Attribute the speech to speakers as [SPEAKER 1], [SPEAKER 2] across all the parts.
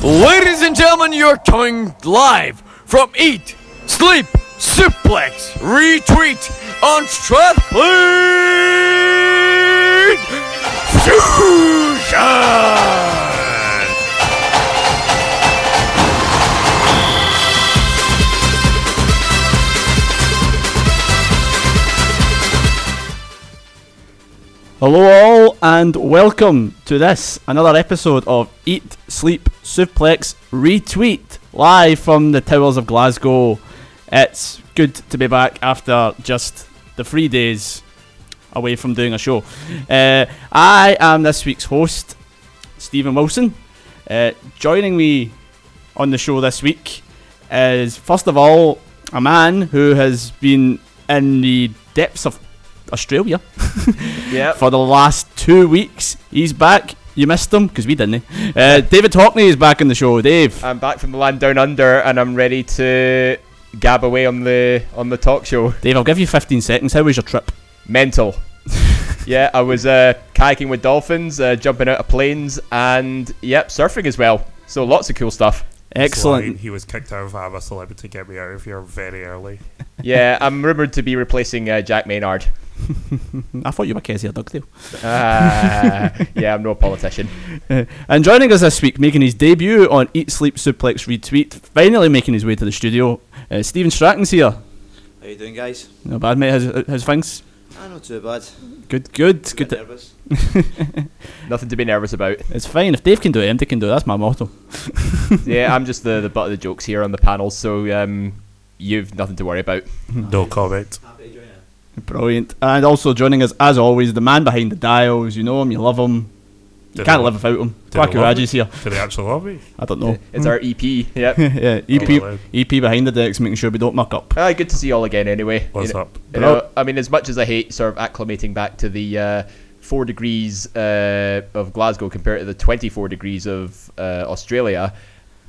[SPEAKER 1] Ladies and gentlemen, you're coming live from Eat, Sleep, Suplex, Retweet on Strathclyde Fusion!
[SPEAKER 2] Hello, all, and welcome to this another episode of Eat, Sleep, Suplex, Retweet, live from the Towers of Glasgow. It's good to be back after just the three days away from doing a show. Uh, I am this week's host, Stephen Wilson. Uh, joining me on the show this week is, first of all, a man who has been in the depths of Australia
[SPEAKER 1] Yep.
[SPEAKER 2] for the last two weeks. He's back. You missed him because we didn't. Uh, David Hockney is back on the show. Dave,
[SPEAKER 3] I'm back from the land down under, and I'm ready to gab away on the on the talk show.
[SPEAKER 2] Dave, I'll give you 15 seconds. How was your trip?
[SPEAKER 3] Mental. yeah, I was uh, kayaking with dolphins, uh, jumping out of planes, and yep, surfing as well. So lots of cool stuff.
[SPEAKER 2] Excellent.
[SPEAKER 4] Slide. He was kicked out of I'm a celebrity. Get me out of here very early.
[SPEAKER 3] Yeah, I'm rumored to be replacing uh, Jack Maynard.
[SPEAKER 2] I thought you were Kezia Dugdale.
[SPEAKER 3] Ah, yeah, I'm no politician.
[SPEAKER 2] Uh, And joining us this week, making his debut on Eat Sleep Suplex Retweet, finally making his way to the studio. Uh, Stephen Stratton's here.
[SPEAKER 5] How you doing, guys?
[SPEAKER 2] No bad mate. How's, how's things?
[SPEAKER 5] Ah, not too bad.
[SPEAKER 2] Good, good,
[SPEAKER 5] A
[SPEAKER 2] good.
[SPEAKER 5] bit
[SPEAKER 2] to-
[SPEAKER 5] nervous.
[SPEAKER 3] Nothing to be nervous about.
[SPEAKER 2] It's fine. If Dave can do it, MD can do it. That's my motto.
[SPEAKER 3] Yeah, I'm just the, the butt of the jokes here on the panel, so um, you've nothing to worry about.
[SPEAKER 4] No comment.
[SPEAKER 5] Happy to join in.
[SPEAKER 2] Brilliant. And also joining us, as always, the man behind the dials. You know him, you love him. You
[SPEAKER 4] Did
[SPEAKER 2] can't
[SPEAKER 4] I-
[SPEAKER 2] live without him.
[SPEAKER 4] did I
[SPEAKER 2] Quacky
[SPEAKER 4] love
[SPEAKER 2] Raji's here.
[SPEAKER 4] Do they actually love me?
[SPEAKER 2] I don't know.
[SPEAKER 3] It's our EP. Yep.
[SPEAKER 2] yeah, E EP,
[SPEAKER 4] Oh, well,
[SPEAKER 2] EP behind the decks, making sure we don't muck up.
[SPEAKER 3] Ah, good to see you all again. Anyway, You
[SPEAKER 4] What's
[SPEAKER 3] know-
[SPEAKER 4] up?
[SPEAKER 3] You know, I mean, as much as I hate sort of acclimating back to the uh, four degrees uh, of Glasgow compared to the 24 degrees of uh, Australia,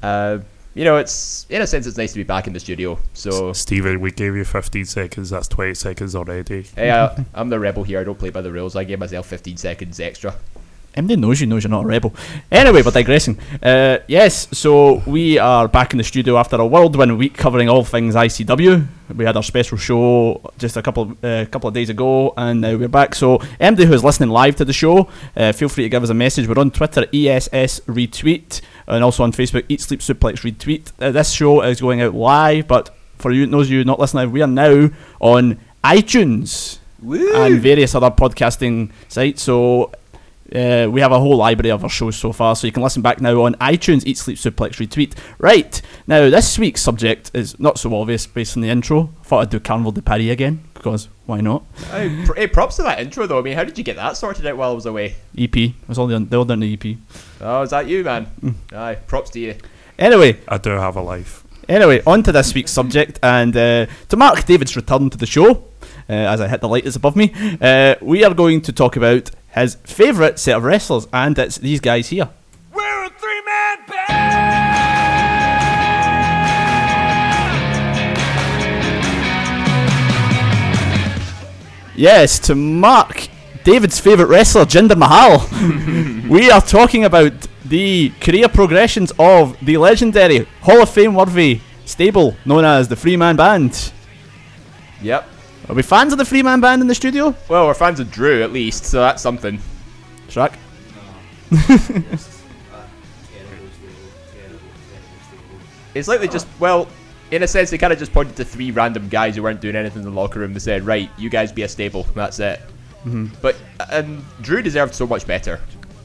[SPEAKER 3] uh, you know, it's in a sense it's nice to be back in the studio. So
[SPEAKER 4] S- Steven, we gave you 15 seconds. That's 20 seconds already.
[SPEAKER 3] hey, I, I'm the rebel here. I don't play by the rules. I gave myself 15 seconds extra.
[SPEAKER 2] MD knows you knows you're not a rebel. Anyway, we're digressing. Uh, yes, so we are back in the studio after a whirlwind week covering all things ICW. We had our special show just a couple uh, couple of days ago, and now we're back. So MD, who is listening live to the show, uh, feel free to give us a message. We're on Twitter, ESS retweet, and also on Facebook, Eat Sleep Suplex retweet. Uh, this show is going out live, but for you those of you not listening, we are now on iTunes and various other podcasting sites. So uh, we have a whole library of our shows so far, so you can listen back now on iTunes, Eat Sleep Suplex Retweet. Right, now this week's subject is not so obvious based on the intro. Thought I'd do Carnival de Paris again, because why not?
[SPEAKER 3] Hey, pr- hey, props to that intro though. I mean, how did you get that sorted out while I was away?
[SPEAKER 2] EP. It was E all done, they all done the E EP.
[SPEAKER 3] Oh, is that you, man?
[SPEAKER 4] Mm.
[SPEAKER 3] Aye, props to you.
[SPEAKER 2] Anyway,
[SPEAKER 4] I do have a life.
[SPEAKER 2] Anyway, on to this week's subject, and uh, to mark David's return to the show, uh, as I hit the light that's above me, uh, we are going to talk about his favourite set of wrestlers, and it's these guys here.
[SPEAKER 1] We're a three man band!
[SPEAKER 2] Yes, to mark David's favourite wrestler, Jinder Mahal, we are talking about the career progressions of the legendary Hall of Fame worthy stable known as the Free Man Band.
[SPEAKER 3] Yep.
[SPEAKER 2] Are we fans of the Free Man Band in the studio?
[SPEAKER 3] Well, we're fans of Drew at least, so that's something.
[SPEAKER 2] Shrek?
[SPEAKER 5] Just a terrible stable, terrible, terrible stable.
[SPEAKER 3] It's like they just, well, in a sense, they kind of just pointed to three random guys who weren't doing anything in the locker room. They said, right, you guys be a stable. That's it. But um, Drew deserved so much better.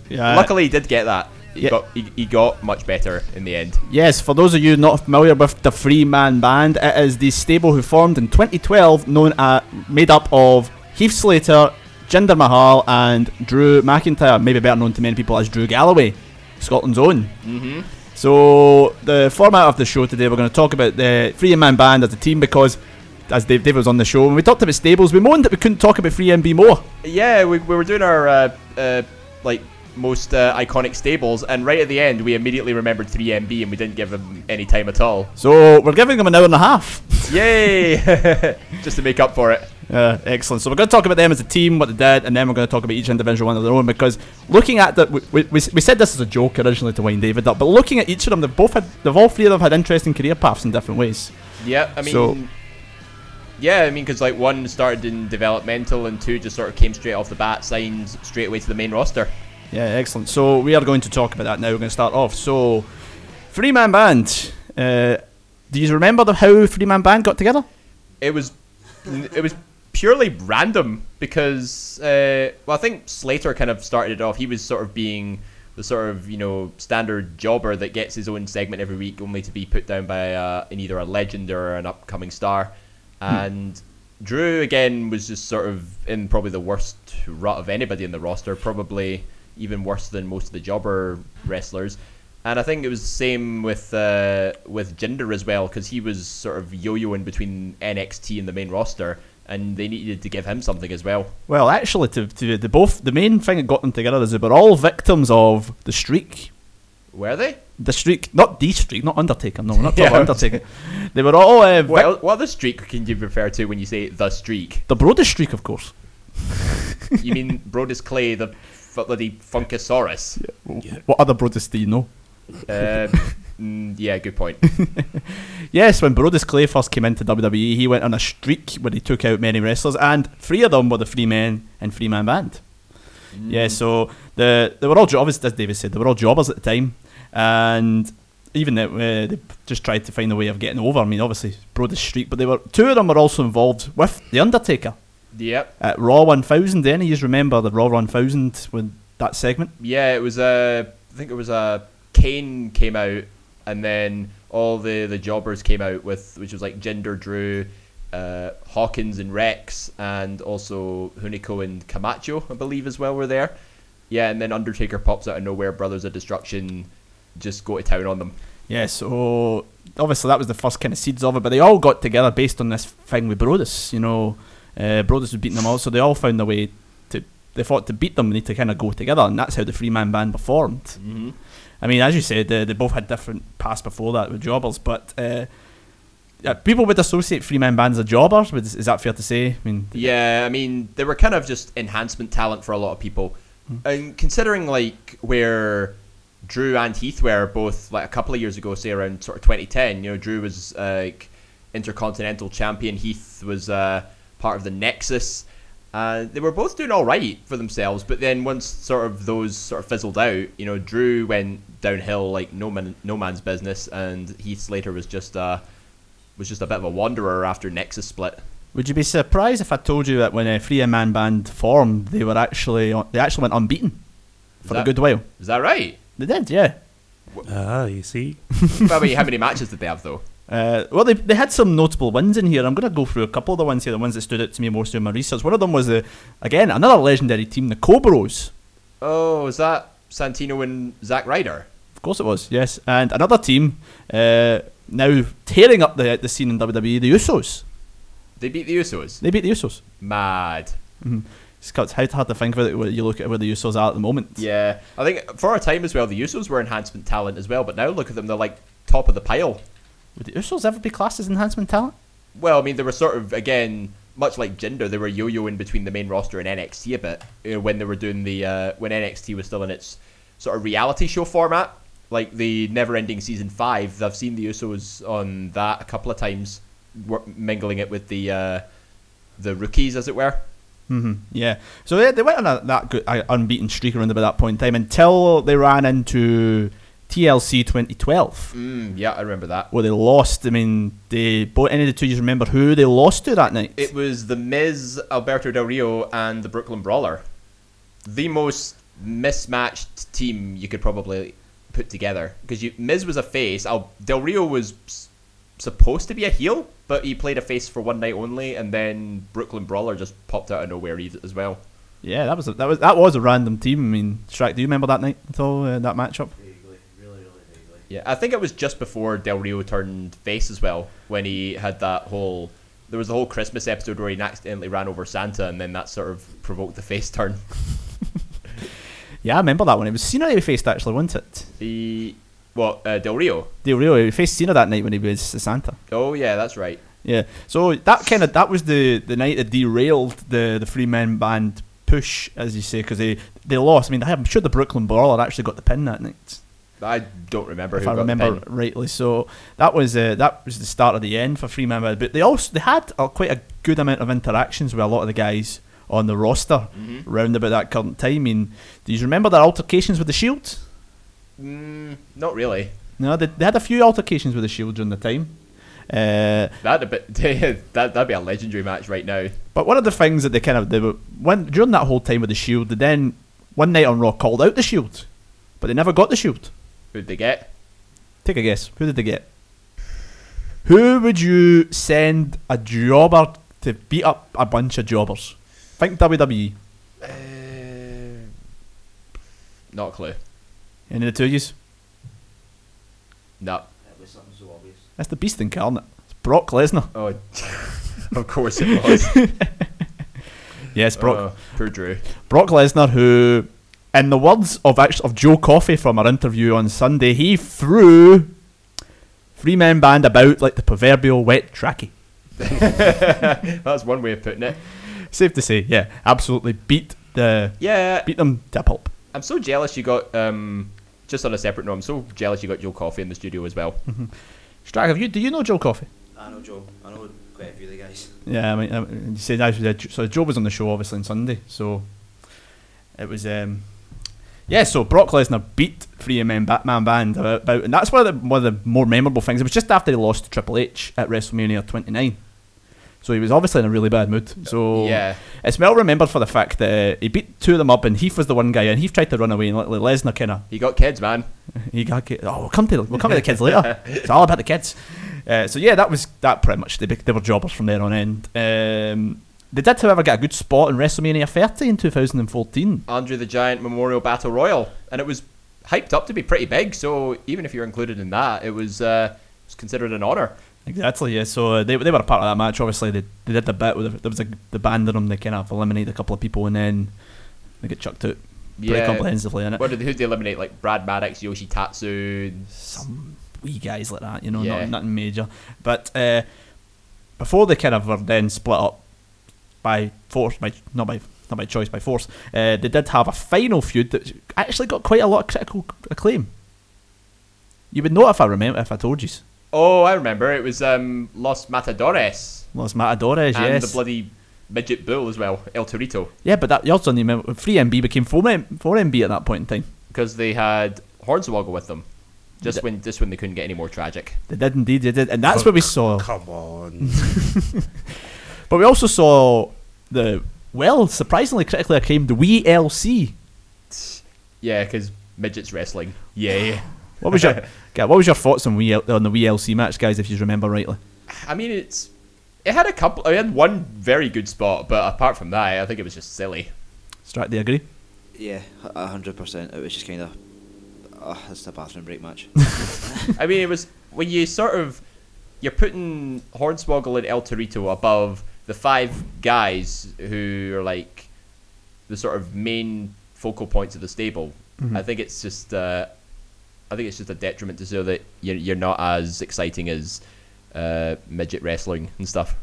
[SPEAKER 2] Yeah.
[SPEAKER 3] Luckily, he did get that. He,
[SPEAKER 2] Uh, Yeah.
[SPEAKER 3] got, he, he got much better in the end.
[SPEAKER 2] Yes, for those of you not familiar with the Free Man Band, it is the stable who formed in 2012, known uh, made up of Heath Slater, Jinder Mahal, and Drew McIntyre, maybe better known to many people as Drew Galloway, Scotland's own. Mm-hmm. So the format of the show today, we're going to talk about the Free Man Band as a team because, as Dave, David was on the show, when we talked about stables, we moaned that we couldn't talk about Free MB more.
[SPEAKER 3] Yeah, we, we were doing our uh, uh, like most uh, iconic stables. And right at the end, we immediately remembered 3MB and we didn't give him any time at all.
[SPEAKER 2] So we're giving them an hour and a half.
[SPEAKER 3] Yay! Just to make up for it.
[SPEAKER 2] Uh, excellent. So we're going to talk about them as a team, what they did, and then we're going to talk about each individual one of their own because looking at the, we, we, we said this as a joke originally to wind David up, but looking at each of them, they've both had, they've all three of them had interesting career paths in different ways.
[SPEAKER 3] Yeah, I mean,
[SPEAKER 2] So-
[SPEAKER 3] yeah, I mean, because like one started in developmental, and two just sort of came straight off the bat, signed straight away to the main roster.
[SPEAKER 2] Yeah, excellent. So we are going to talk about that now. We're going to start off. So, Three Man Band. Uh, do you remember the, how Three Man Band got together?
[SPEAKER 3] It was, it was purely random because, uh, well, I think Slater kind of started it off. He was sort of being the sort of you know standard jobber that gets his own segment every week, only to be put down by uh, in either a legend or an upcoming star, and. Drew again was just sort of in probably the worst rut of anybody in the roster, probably even worse than most of the jobber wrestlers. And I think it was the same with uh, with Jinder as well, because he was sort of yo-yoing between NXT and the main roster, and they needed to give him something as well.
[SPEAKER 2] Well, actually, to, to the both the main thing that got them together is they were all victims of the streak.
[SPEAKER 3] Were they?
[SPEAKER 2] The streak, not the streak, not Undertaker. No, we're not talking
[SPEAKER 3] Yeah.
[SPEAKER 2] Undertaker. They were all uh, vic-
[SPEAKER 3] Well, what other streak can you refer to when you say the streak?
[SPEAKER 2] the broadest streak, of course.
[SPEAKER 3] You mean Brodus Clay, the f- bloody Funkasaurus?
[SPEAKER 2] What other broadest do you know?
[SPEAKER 3] Uh, mm, yeah, good point.
[SPEAKER 2] Yes, when Brodus Clay first came into WWE, he went on a streak where he took out many wrestlers, and three of them were the Three Men and Three Man Band. Yeah, so the they were all jobbers, as David said, they were all jobbers at the time, and even that uh, they just tried to find a way of getting over. I mean, obviously Brodus Streak, but they were two of them were also involved with the Undertaker
[SPEAKER 3] Yep.
[SPEAKER 2] at Raw 1000. Then you remember the Raw 1000 when that segment.
[SPEAKER 3] Yeah, it was a. I think it was a Kane came out, and then all the the jobbers came out with, which was like Jinder, Drew, uh, Hawkins, and Rex, and also Hunico and Camacho, I believe, as well were there. Yeah, and then Undertaker pops out of nowhere, Brothers of Destruction, just go to town on them.
[SPEAKER 2] Yeah, so obviously that was the first kind of seeds of it, but they all got together based on this thing with Brodus. You know, uh, Brodus was beating them all, so they all found a way to. They thought to beat them, they need to kind of go together, and that's how the three man band were formed.
[SPEAKER 3] Mm-hmm.
[SPEAKER 2] I mean, as you said, uh, they both had different pasts before that with jobbers, but uh, yeah, people would associate three man bands as jobbers. But is, is that fair to say? I mean,
[SPEAKER 3] Yeah, I mean, they were kind of just enhancement talent for a lot of people. And considering like where Drew and Heath were both like a couple of years ago, say around sort of 2010, you know, Drew was uh, like intercontinental champion, Heath was uh, part of the Nexus. Uh, they were both doing all right for themselves, but then once sort of those sort of fizzled out, you know, Drew went downhill like no man, no man's business, and Heath Slater was just uh, was just a bit of a wanderer after Nexus split.
[SPEAKER 2] would you be surprised if I told you that when a three man band formed, they were actually on, they actually went unbeaten for a
[SPEAKER 3] that-
[SPEAKER 2] good while?
[SPEAKER 3] Is that right?
[SPEAKER 2] They did, yeah.
[SPEAKER 4] Ah, you see.
[SPEAKER 3] well, I mean, how many matches did they have though?
[SPEAKER 2] Uh, well, they, they had some notable wins in here. I'm going to go through a couple of the ones here, the ones that stood out to me most in my research. One of them was the again another legendary team, the Cobros.
[SPEAKER 3] Oh, is that Santino and Zack Ryder?
[SPEAKER 2] Of course, it was yes, and another team uh, now tearing up the the scene in WWE, the Usos.
[SPEAKER 3] They beat the Usos.
[SPEAKER 2] They beat the Usos. Mm-hmm.
[SPEAKER 3] Mad.
[SPEAKER 2] It's got- it's hard hard to think about it when you look at where the Usos are at the moment.
[SPEAKER 3] Yeah, I think for a time as well, the Usos were enhancement talent as well. But now look at them; they're like top of the pile.
[SPEAKER 2] Would the Usos ever be classed as enhancement talent?
[SPEAKER 3] Well, I mean, they were sort of again much like Jinder. They were yo-yoing between the main roster and NXT a bit you know, when they were doing the uh, when NXT was still in its sort of reality show format, like the never-ending season five. I've seen the Usos on that a couple of times, wor- mingling it with the uh, the rookies, as it were.
[SPEAKER 2] hmm Yeah. So they, they went on a, that good, uh, unbeaten streak around about that point in time until they ran into TLC 2012.
[SPEAKER 3] Mm, yeah, I remember that.
[SPEAKER 2] Well, they lost. I mean, they both any of the two. You remember who they lost to that night?
[SPEAKER 3] It was the Miz, Alberto Del Rio, and the Brooklyn Brawler. The most mismatched team you could probably put together because you Miz was a face. Al, Del Rio was s- supposed to be a heel, but he played a face for one night only, and then Brooklyn Brawler just popped out of nowhere eith- as well.
[SPEAKER 2] yeah, that was a, that was that was a random team. I mean, Shrek, do you remember that night at all? Uh, that matchup?
[SPEAKER 5] Vaguely, really, really vaguely.
[SPEAKER 3] Yeah, I think it was just before Del Rio turned face as well when he had that whole. There was the whole Christmas episode where he accidentally ran over Santa, and then that sort of provoked the face turn.
[SPEAKER 2] Yeah, I remember that one. It was Cena he faced actually, wasn't it?
[SPEAKER 3] The what? Uh, Del Rio.
[SPEAKER 2] They really he faced Cena that night when he was Santa.
[SPEAKER 3] Oh yeah, that's right.
[SPEAKER 2] Yeah. So that kind of that was the the night that derailed the the Free Men band push, as you say, because they they lost. I mean, I'm sure the Brooklyn Brawler actually got the pin that night,
[SPEAKER 3] I don't remember.
[SPEAKER 2] if
[SPEAKER 3] who
[SPEAKER 2] I
[SPEAKER 3] got the
[SPEAKER 2] remember
[SPEAKER 3] pin.
[SPEAKER 2] rightly. So that was uh, that was the start of the end for Free Men band. But they also they had uh, quite a good amount of interactions with a lot of the guys on the roster
[SPEAKER 3] Mm-hmm.
[SPEAKER 2] round about that current time. I mean, do you remember their altercations with the Shield?
[SPEAKER 3] Mm, not really.
[SPEAKER 2] No, they, they had a few altercations with the Shield during the time. Uh,
[SPEAKER 3] That'd a bit, that that'd be a legendary match right now.
[SPEAKER 2] But one of the things that they kind of they were when during that whole time with the Shield, they then one night on Raw called out the Shield, but they never got the Shield.
[SPEAKER 3] Who'd they get?
[SPEAKER 2] Take a guess, who did they get? Who would you send a jobber to beat up a bunch of jobbers? Think E. WWE.
[SPEAKER 3] Uh, Not a clue.
[SPEAKER 2] Any of the two of yous?
[SPEAKER 3] No.
[SPEAKER 5] That was something so obvious.
[SPEAKER 2] That's the beast incarnate. It's Brock Lesnar.
[SPEAKER 3] Oh, of course it was.
[SPEAKER 2] Yes, Brock.
[SPEAKER 3] Oh, poor Drew.
[SPEAKER 2] Brock Lesnar, who, in the words of actually, of Joe Coffey from our interview on Sunday, he threw Three Men Band about like the proverbial wet tracky.
[SPEAKER 3] That's one way of putting it.
[SPEAKER 2] Safe to say, yeah, absolutely beat the
[SPEAKER 3] Yeah,
[SPEAKER 2] beat them to a pulp.
[SPEAKER 3] I'm so jealous you got. Um, just on a separate note, I'm so jealous you got Joe Coffey in the studio as well.
[SPEAKER 2] Mm-hmm. Strag, have you do you know Joe Coffey?
[SPEAKER 5] I know Ah, Joe. I know quite a few of the guys.
[SPEAKER 2] Yeah, I mean, I mean, you said I was, uh, so Joe was on the show obviously on Sunday, so it was um yeah. So Brock Lesnar beat Three Men Batman Band about, about, and that's one of the one of the more memorable things. It was just after he lost to Triple H at WrestleMania 29, so he was obviously in a really bad mood. So
[SPEAKER 3] Yeah.
[SPEAKER 2] it's well remembered for the fact that uh, he beat two of them up, and Heath was the one guy, and Heath tried to run away, and like, Lesnar kind of
[SPEAKER 3] You got kids, man.
[SPEAKER 2] he got ki- oh we'll come to the, we'll come to the kids later. It's all about the kids. Uh, so yeah, that was that pretty much. They, bec- they were jobbers from there on end. Um, they did, however, get a good spot in WrestleMania 30 in 2014.
[SPEAKER 3] Andre the Giant Memorial Battle Royal, and it was hyped up to be pretty big. So even if you're included in that, it was uh, it was considered an honor.
[SPEAKER 2] Exactly. Yeah. So uh, they, they were a part of that match. Obviously, they, they did the bit where there was a, the band on them. They kind of eliminated a couple of people, and then they get chucked out pretty
[SPEAKER 3] Yeah.
[SPEAKER 2] comprehensively in it.
[SPEAKER 3] What did who did they eliminate? Like Brad Maddox, Yoshitatsu. and s-
[SPEAKER 2] some wee guys like that, you know,
[SPEAKER 3] Yeah.
[SPEAKER 2] not, nothing major. But uh, before they kind of were then split up by force, by not by not by choice, by force, uh, they did have a final feud that actually got quite a lot of critical acclaim. You would know if I remember if I told you.
[SPEAKER 3] Oh, I remember. It was um, Los Matadores
[SPEAKER 2] Los Matadores,
[SPEAKER 3] and
[SPEAKER 2] yes,
[SPEAKER 3] the bloody midget bull as well, El Torito,
[SPEAKER 2] yeah, but that you also need to remember three MB became four M four MB at that point in time.
[SPEAKER 3] because they had Hornswoggle with them. Just
[SPEAKER 2] Th-
[SPEAKER 3] when just when they couldn't get any more tragic.
[SPEAKER 2] They did indeed, they did, and that's what we saw.
[SPEAKER 4] Come on.
[SPEAKER 2] But we also saw the well, surprisingly critically acclaimed the Wii LC
[SPEAKER 3] Yeah, because midgets wrestling. Yeah.
[SPEAKER 2] What was your yeah, What was your thoughts on we on the WLC match, guys? If you remember rightly,
[SPEAKER 3] I mean, it's it had a couple. It had one very good spot, but apart from that, I think it was just silly.
[SPEAKER 2] Strat, do you agree?
[SPEAKER 5] Yeah, a- a hundred percent. It was just kind of. Uh, it's a bathroom break match.
[SPEAKER 3] I mean, it was when you sort of you're putting Hornswoggle and El Torito above the five guys who are like the sort of main focal points of the stable. I think it's just uh, I think it's just a detriment to show that you're you're not as exciting as uh, midget wrestling and stuff.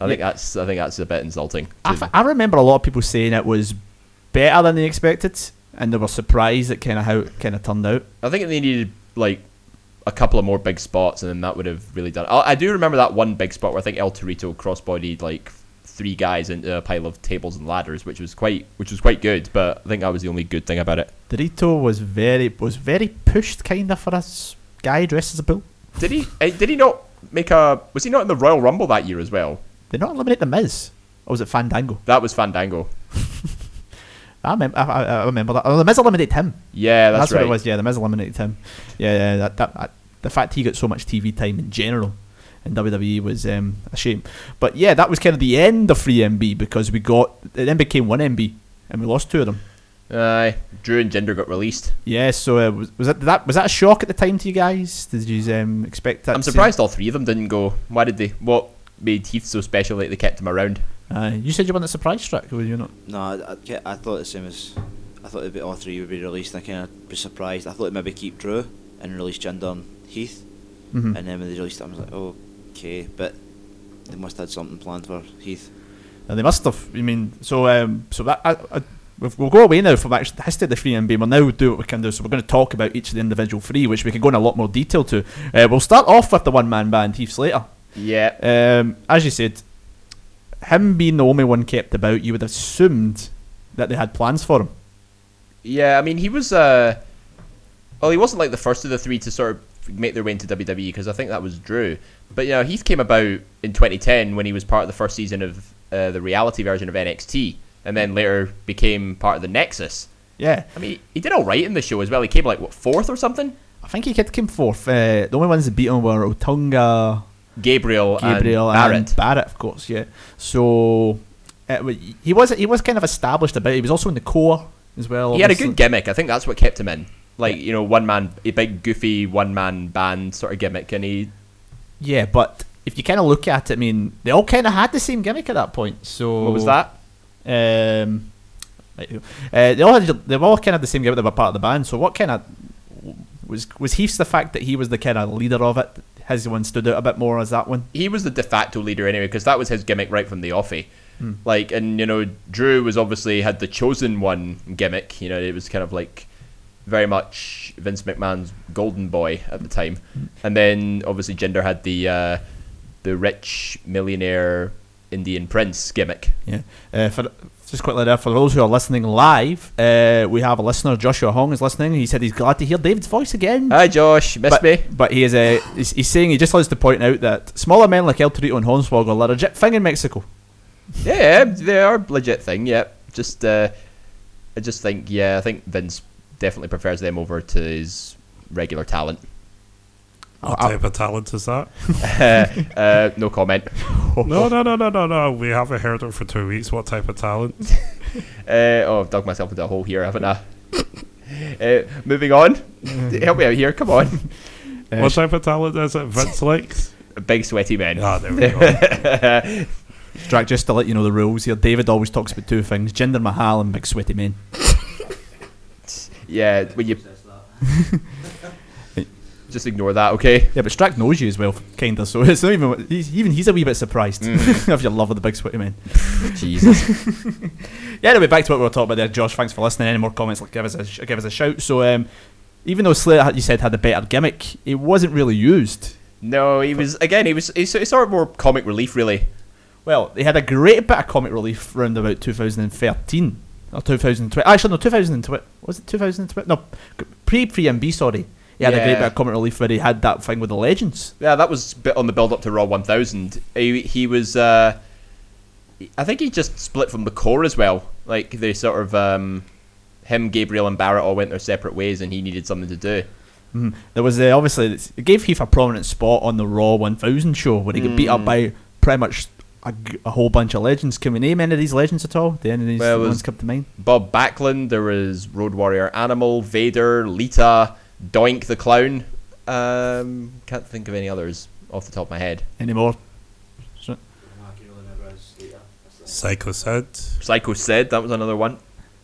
[SPEAKER 3] I think that's I think that's a bit insulting.
[SPEAKER 2] I,
[SPEAKER 3] to-
[SPEAKER 2] th- I remember a lot of people saying it was better than they expected, and they were surprised at kind of how it kind of turned out.
[SPEAKER 3] I think they needed like a couple of more big spots, and then that would have really done. I, I do remember that one big spot where I think El Torito crossbodied like three guys into a pile of tables and ladders, which was quite which was quite good. But I think that was the only good thing about it.
[SPEAKER 2] Dorito was very was very pushed kind of for a s- guy dressed as a bull.
[SPEAKER 3] Did he? eh, Did he not make a? Was he not in the Royal Rumble that year as well?
[SPEAKER 2] They not eliminate the Miz, or was it Fandango?
[SPEAKER 3] That was Fandango.
[SPEAKER 2] I remember. I, I, I remember that. Oh, the Miz eliminated him.
[SPEAKER 3] Yeah, that's,
[SPEAKER 2] That's,
[SPEAKER 3] right.
[SPEAKER 2] what it was. Yeah, the Miz eliminated him. Yeah, yeah. That, that, that the fact he got so much TV time in general in WWE was um, a shame. But yeah, that was kind of the end of free MB because we got it then became one MB and we lost two of them.
[SPEAKER 3] Aye, Drew and Jinder got released.
[SPEAKER 2] Yeah, so uh, was, was that that was that a shock at the time to you guys? Did you um, expect that?
[SPEAKER 3] I'm
[SPEAKER 2] to-
[SPEAKER 3] surprised all three of them didn't go. Why did they? What made Heath so special that they kept him around?
[SPEAKER 2] Uh, you said you weren't surprised, Strick, were you not?
[SPEAKER 5] no, I, I, I thought the same as I thought it'd be, all three would be released, and I kind of was surprised. I thought it'd maybe keep Drew and release Jinder and Heath,
[SPEAKER 2] Mhm.
[SPEAKER 5] and then when they released it, I was like, oh, okay, but they must have had something planned for Heath.
[SPEAKER 2] And they must have. I mean, so um, so that I, I, we've, we'll go away now from actually the history of the three and We'll now do what we can do. So we're going to talk about each of the individual three, which we can go in a lot more detail to. Uh, we'll start off with the one man band, Heath Slater.
[SPEAKER 3] Yeah.
[SPEAKER 2] Um, as you said, him being the only one kept about, you would have assumed that they had plans for him.
[SPEAKER 3] Yeah, I mean, he was. Uh, well, he wasn't like the first of the three to sort of make their way into WWE because I think that was Drew. But you know, Heath came about in 2010 when he was part of the first season of uh, the reality version of NXT, and then later became part of the Nexus.
[SPEAKER 2] Yeah,
[SPEAKER 3] I mean, he did all right in the show as well. He came like what fourth or something.
[SPEAKER 2] I think he kid came fourth. Uh, the only ones that beat him were Otunga,
[SPEAKER 3] Gabriel,
[SPEAKER 2] Gabriel,
[SPEAKER 3] and Barrett.
[SPEAKER 2] and Barrett, of course. Yeah, so uh, w- he was he was kind of established about. it. He was also in the core as well.
[SPEAKER 3] he had a
[SPEAKER 2] obviously.
[SPEAKER 3] good gimmick. I think that's what kept him in. Like you know, one man, a big goofy one man band sort of gimmick, and he
[SPEAKER 2] Yeah, but if you kind of look at it, I mean, they all kind of had the same gimmick at that point. So
[SPEAKER 3] what was that?
[SPEAKER 2] Um, right, uh, they all had, they all kind of the same gimmick. They were part of the band. So what kind of was was Heath's the fact that he was the kind of leader of it? His one stood out a bit more as that one.
[SPEAKER 3] he was the de facto leader anyway because that was his gimmick right from the offie. Like, and you know, Drew was obviously had the chosen one gimmick. You know, it was kind of like very much Vince McMahon's golden boy at the time, and then obviously Jinder had the uh, the rich millionaire Indian prince gimmick.
[SPEAKER 2] Yeah. Uh, for just quickly there, for those who are listening live, uh, we have a listener, Joshua Hong, is listening. He said he's glad to hear David's voice again.
[SPEAKER 3] Hi, Josh, miss
[SPEAKER 2] but,
[SPEAKER 3] me?
[SPEAKER 2] but he is a he's, he's saying he just wants to point out that smaller men like El Torito and Hornswoggle are a legit thing in Mexico.
[SPEAKER 3] Yeah, they are a legit thing. Yeah, just uh, I just think yeah, I think Vince definitely prefers them over to his regular talent.
[SPEAKER 2] Oh,
[SPEAKER 4] What
[SPEAKER 2] I-
[SPEAKER 4] type of talent is that?
[SPEAKER 3] uh, no comment.
[SPEAKER 4] no, no, no, no, no, no. We haven't heard it for two weeks. What type of talent?
[SPEAKER 3] Uh, oh, I've dug myself into a hole here, haven't I? uh, moving on. Help me out here. Come on.
[SPEAKER 2] Uh,
[SPEAKER 4] what type of talent is it? Vince likes.
[SPEAKER 3] Big sweaty men.
[SPEAKER 4] Ah, there we go.
[SPEAKER 2] Drac, just to let you know the rules here, David always talks about two things Jinder Mahal and Big Sweaty Men.
[SPEAKER 3] Yeah, when you just ignore that, okay?
[SPEAKER 2] Yeah, but Strack knows you as well, kinda, so it's not even, he's, even he's a wee bit surprised of your love of the Big Sweaty Men.
[SPEAKER 3] Jesus.
[SPEAKER 2] Yeah, anyway, back to what we were talking about there, Josh. Thanks for listening. Any more comments, like, give us a sh- give us a shout. So, um, even though Slater, had- you said, had a better gimmick, it wasn't really used.
[SPEAKER 3] No, he was again. He was. He's, he's sort of more comic relief, really.
[SPEAKER 2] Well, they had a great bit of comic relief round about 2013 or 2020. Actually, no, 2020. Was it 2020? No, pre pre MB. Sorry, he had a great
[SPEAKER 3] Yeah.
[SPEAKER 2] bit of comic relief where he had that thing with the legends.
[SPEAKER 3] Yeah, that was a bit on the build up to Raw 1000. He, he was. Uh, I think he just split from the core as well. Like they sort of um, him, Gabriel, and Barrett all went their separate ways, and he needed something to do.
[SPEAKER 2] Mhm. There was uh, obviously it gave Heath a prominent spot on the Raw 1000 show when he got beat up by pretty much a, g- a whole bunch of legends. Can we name any of these legends at all? Do any of these
[SPEAKER 3] Well, it was-
[SPEAKER 2] ones come to mind?
[SPEAKER 3] Bob Backlund, there was Road Warrior Animal, Vader, Lita, Doink the Clown. Um, can't think of any others off the top of my head.
[SPEAKER 2] Any more?
[SPEAKER 4] Psycho said.
[SPEAKER 3] Psycho Sid, that was another one.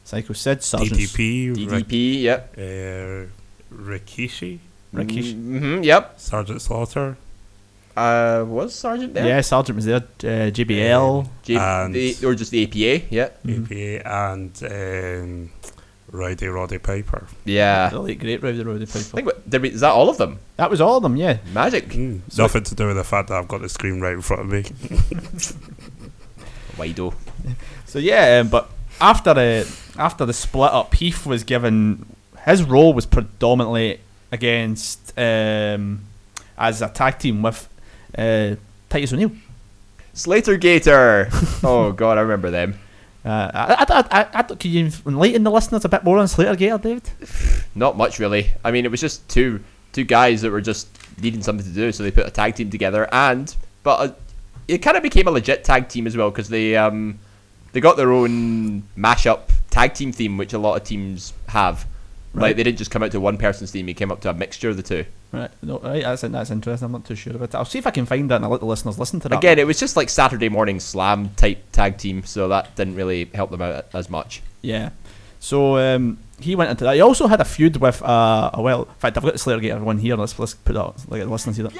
[SPEAKER 2] Psycho Sid, Sergeant
[SPEAKER 4] DDP. Ri-
[SPEAKER 3] DDP, yep.
[SPEAKER 4] uh, Rikishi.
[SPEAKER 2] Rikishi.
[SPEAKER 3] hmm yep.
[SPEAKER 4] Sergeant Slaughter.
[SPEAKER 3] Uh, was Sergeant there?
[SPEAKER 2] Yeah, Sergeant was there. Uh, JBL.
[SPEAKER 3] J-
[SPEAKER 4] And-
[SPEAKER 3] the- or just the APA, yeah.
[SPEAKER 4] APA E and um, Rowdy Roddy Piper.
[SPEAKER 3] Yeah. I
[SPEAKER 2] Really great Rowdy Roddy Piper.
[SPEAKER 3] think, what- did we, is that all of them?
[SPEAKER 2] That was all of them, yeah.
[SPEAKER 3] Magic.
[SPEAKER 4] Mm, Nothing to do with the fact that I've got the screen right in front of me.
[SPEAKER 3] Wido.
[SPEAKER 2] So yeah, um, but after the after the split up, Heath was given his role was predominantly against um, as a tag team with uh, Titus O'Neil.
[SPEAKER 3] Slater Gator. oh, God, I remember them.
[SPEAKER 2] Uh, I, I, I, I, I, can you enlighten the listeners a bit more on Slater Gator, David?
[SPEAKER 3] Not much, really. I mean, it was just two two guys that were just needing something to do, so they put a tag team together. And but uh, it kind of became a legit tag team as well because they um they got their own mashup tag team theme, which a lot of teams have.
[SPEAKER 2] Right.
[SPEAKER 3] Like they didn't just come out to one person's theme; they came up to a mixture of the two.
[SPEAKER 2] Right, no, right, that's that's interesting. I'm not too sure about it. I'll see if I can find that and I'll let the listeners listen to that.
[SPEAKER 3] Again, it was just like Saturday morning slam type tag team, so that didn't really help them out as much.
[SPEAKER 2] yeah. So um, he went into that. He also had a feud with uh, a well. In fact, I've got the Slayer Gator one here. Let's let's put that like listen to that.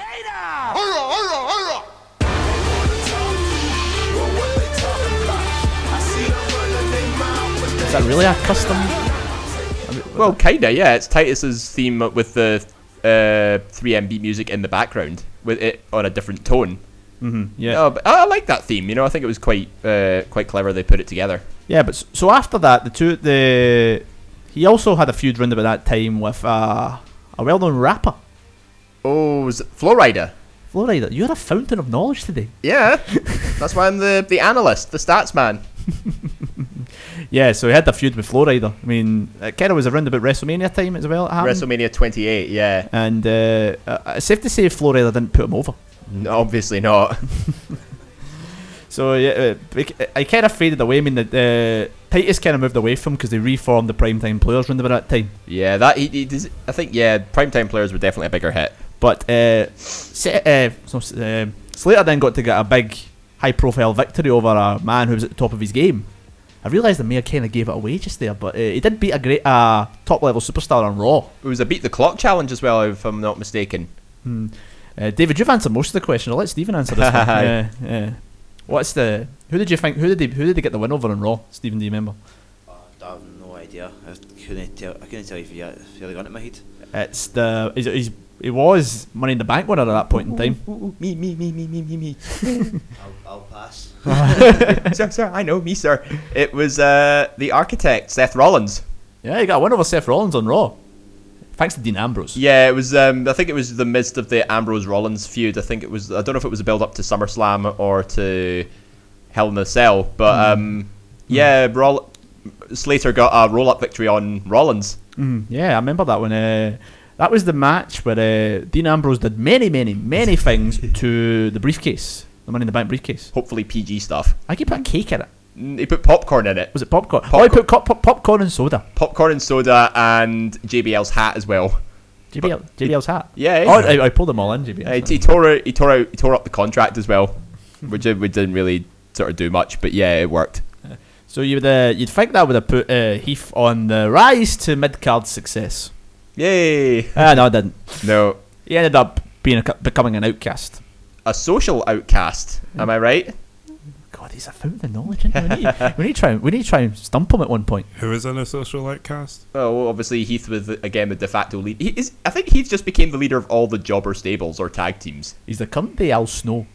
[SPEAKER 2] Is that really a custom?
[SPEAKER 3] Well, kinda, yeah. It's Titus's theme with the uh, 3MB music in the background, with it on a different tone.
[SPEAKER 2] Mm-hmm, Yeah.
[SPEAKER 3] Oh, but I I like that theme. You know, I think it was quite uh, quite clever. They put it together.
[SPEAKER 2] Yeah, but s- so after that, the two the he also had a feud round about that time with uh, a well-known rapper,
[SPEAKER 3] Oh, was it Flowrider?
[SPEAKER 2] Florida. You're a fountain of knowledge today.
[SPEAKER 3] Yeah, that's why I'm the the analyst, the stats man.
[SPEAKER 2] Yeah, so he had the feud with Flowrider. I mean, it kind of was around about WrestleMania time as well. It happened.
[SPEAKER 3] WrestleMania 28. Yeah,
[SPEAKER 2] and uh, uh, it's safe to say Florida didn't put him over.
[SPEAKER 3] N- obviously not.
[SPEAKER 2] So yeah, uh, I kind of faded away. I mean, the uh, Titus kind of moved away from because they reformed the primetime players round about that time.
[SPEAKER 3] Yeah, that he, he does, I think yeah, primetime players were definitely a bigger hit.
[SPEAKER 2] But uh, Se- uh, so, um Slater then got to get a big, high-profile victory over a man who was at the top of his game. I realised the mayor kind of gave it away just there, but uh, he did beat a great uh, top-level superstar on Raw.
[SPEAKER 3] It was a beat the clock challenge as well, if I'm not mistaken.
[SPEAKER 2] Uh, David, you've answered most of the question. I'll let Stephen answer this one. Uh, uh, what's the who did you think who did they, who did they get the win over on Raw? Stephen, do you remember?
[SPEAKER 5] I have Ah, no idea. I couldn't tell. I couldn't tell you if you had, if you had a gun at my head.
[SPEAKER 2] It's the he's, he's, he was Money in the Bank winner at that point in time.
[SPEAKER 3] me, me, me, me, me, me, me.
[SPEAKER 5] I'll, I'll pass.
[SPEAKER 2] Uh-huh.
[SPEAKER 3] sir, sir, I know me, sir. It was uh, the architect, Seth Rollins.
[SPEAKER 2] Yeah, he got a win over Seth Rollins on Raw, thanks to Dean Ambrose.
[SPEAKER 3] Yeah, it was. Um, I think it was the midst of the Ambrose Rollins feud. I think it was. I don't know if it was a build up to SummerSlam or to Hell in a Cell, but um, yeah, Roll- Slater got a roll up victory on Rollins.
[SPEAKER 2] Mm, yeah, I remember that one. Uh, that was the match where uh, Dean Ambrose did many, many, many things to the briefcase, the Money in the Bank briefcase.
[SPEAKER 3] Hopefully PG stuff.
[SPEAKER 2] I could put a cake in it.
[SPEAKER 3] Mm, He put popcorn in it.
[SPEAKER 2] Was it popcorn? Oh, he put co- pop- popcorn and soda.
[SPEAKER 3] Popcorn and soda and JBL's hat as well.
[SPEAKER 2] JBL, JBL's hat.
[SPEAKER 3] Yeah, eh?
[SPEAKER 2] Oh,
[SPEAKER 3] yeah.
[SPEAKER 2] I, I pulled them all in. JBL.
[SPEAKER 3] Uh, he, tore out, he tore out, he tore up the contract as well, which uh, we didn't really sort of do much, but yeah, it worked.
[SPEAKER 2] So you'd uh, you'd think that would have put uh, Heath on the rise to mid card success.
[SPEAKER 3] Yay!
[SPEAKER 2] Ah, no, it didn't.
[SPEAKER 3] No,
[SPEAKER 2] He ended up being a, becoming an outcast.
[SPEAKER 3] a social outcast. Am I right?
[SPEAKER 2] God, he's a fountain of knowledge. Isn't he? We need, we need to try. and- We need to try and stump him at one point.
[SPEAKER 4] Who is in a social outcast?
[SPEAKER 3] Oh, well, obviously Heath was the- again the de facto lead. He is, I think Heath just became the leader of all the jobber stables or tag teams.
[SPEAKER 2] He's the current day Al Snow.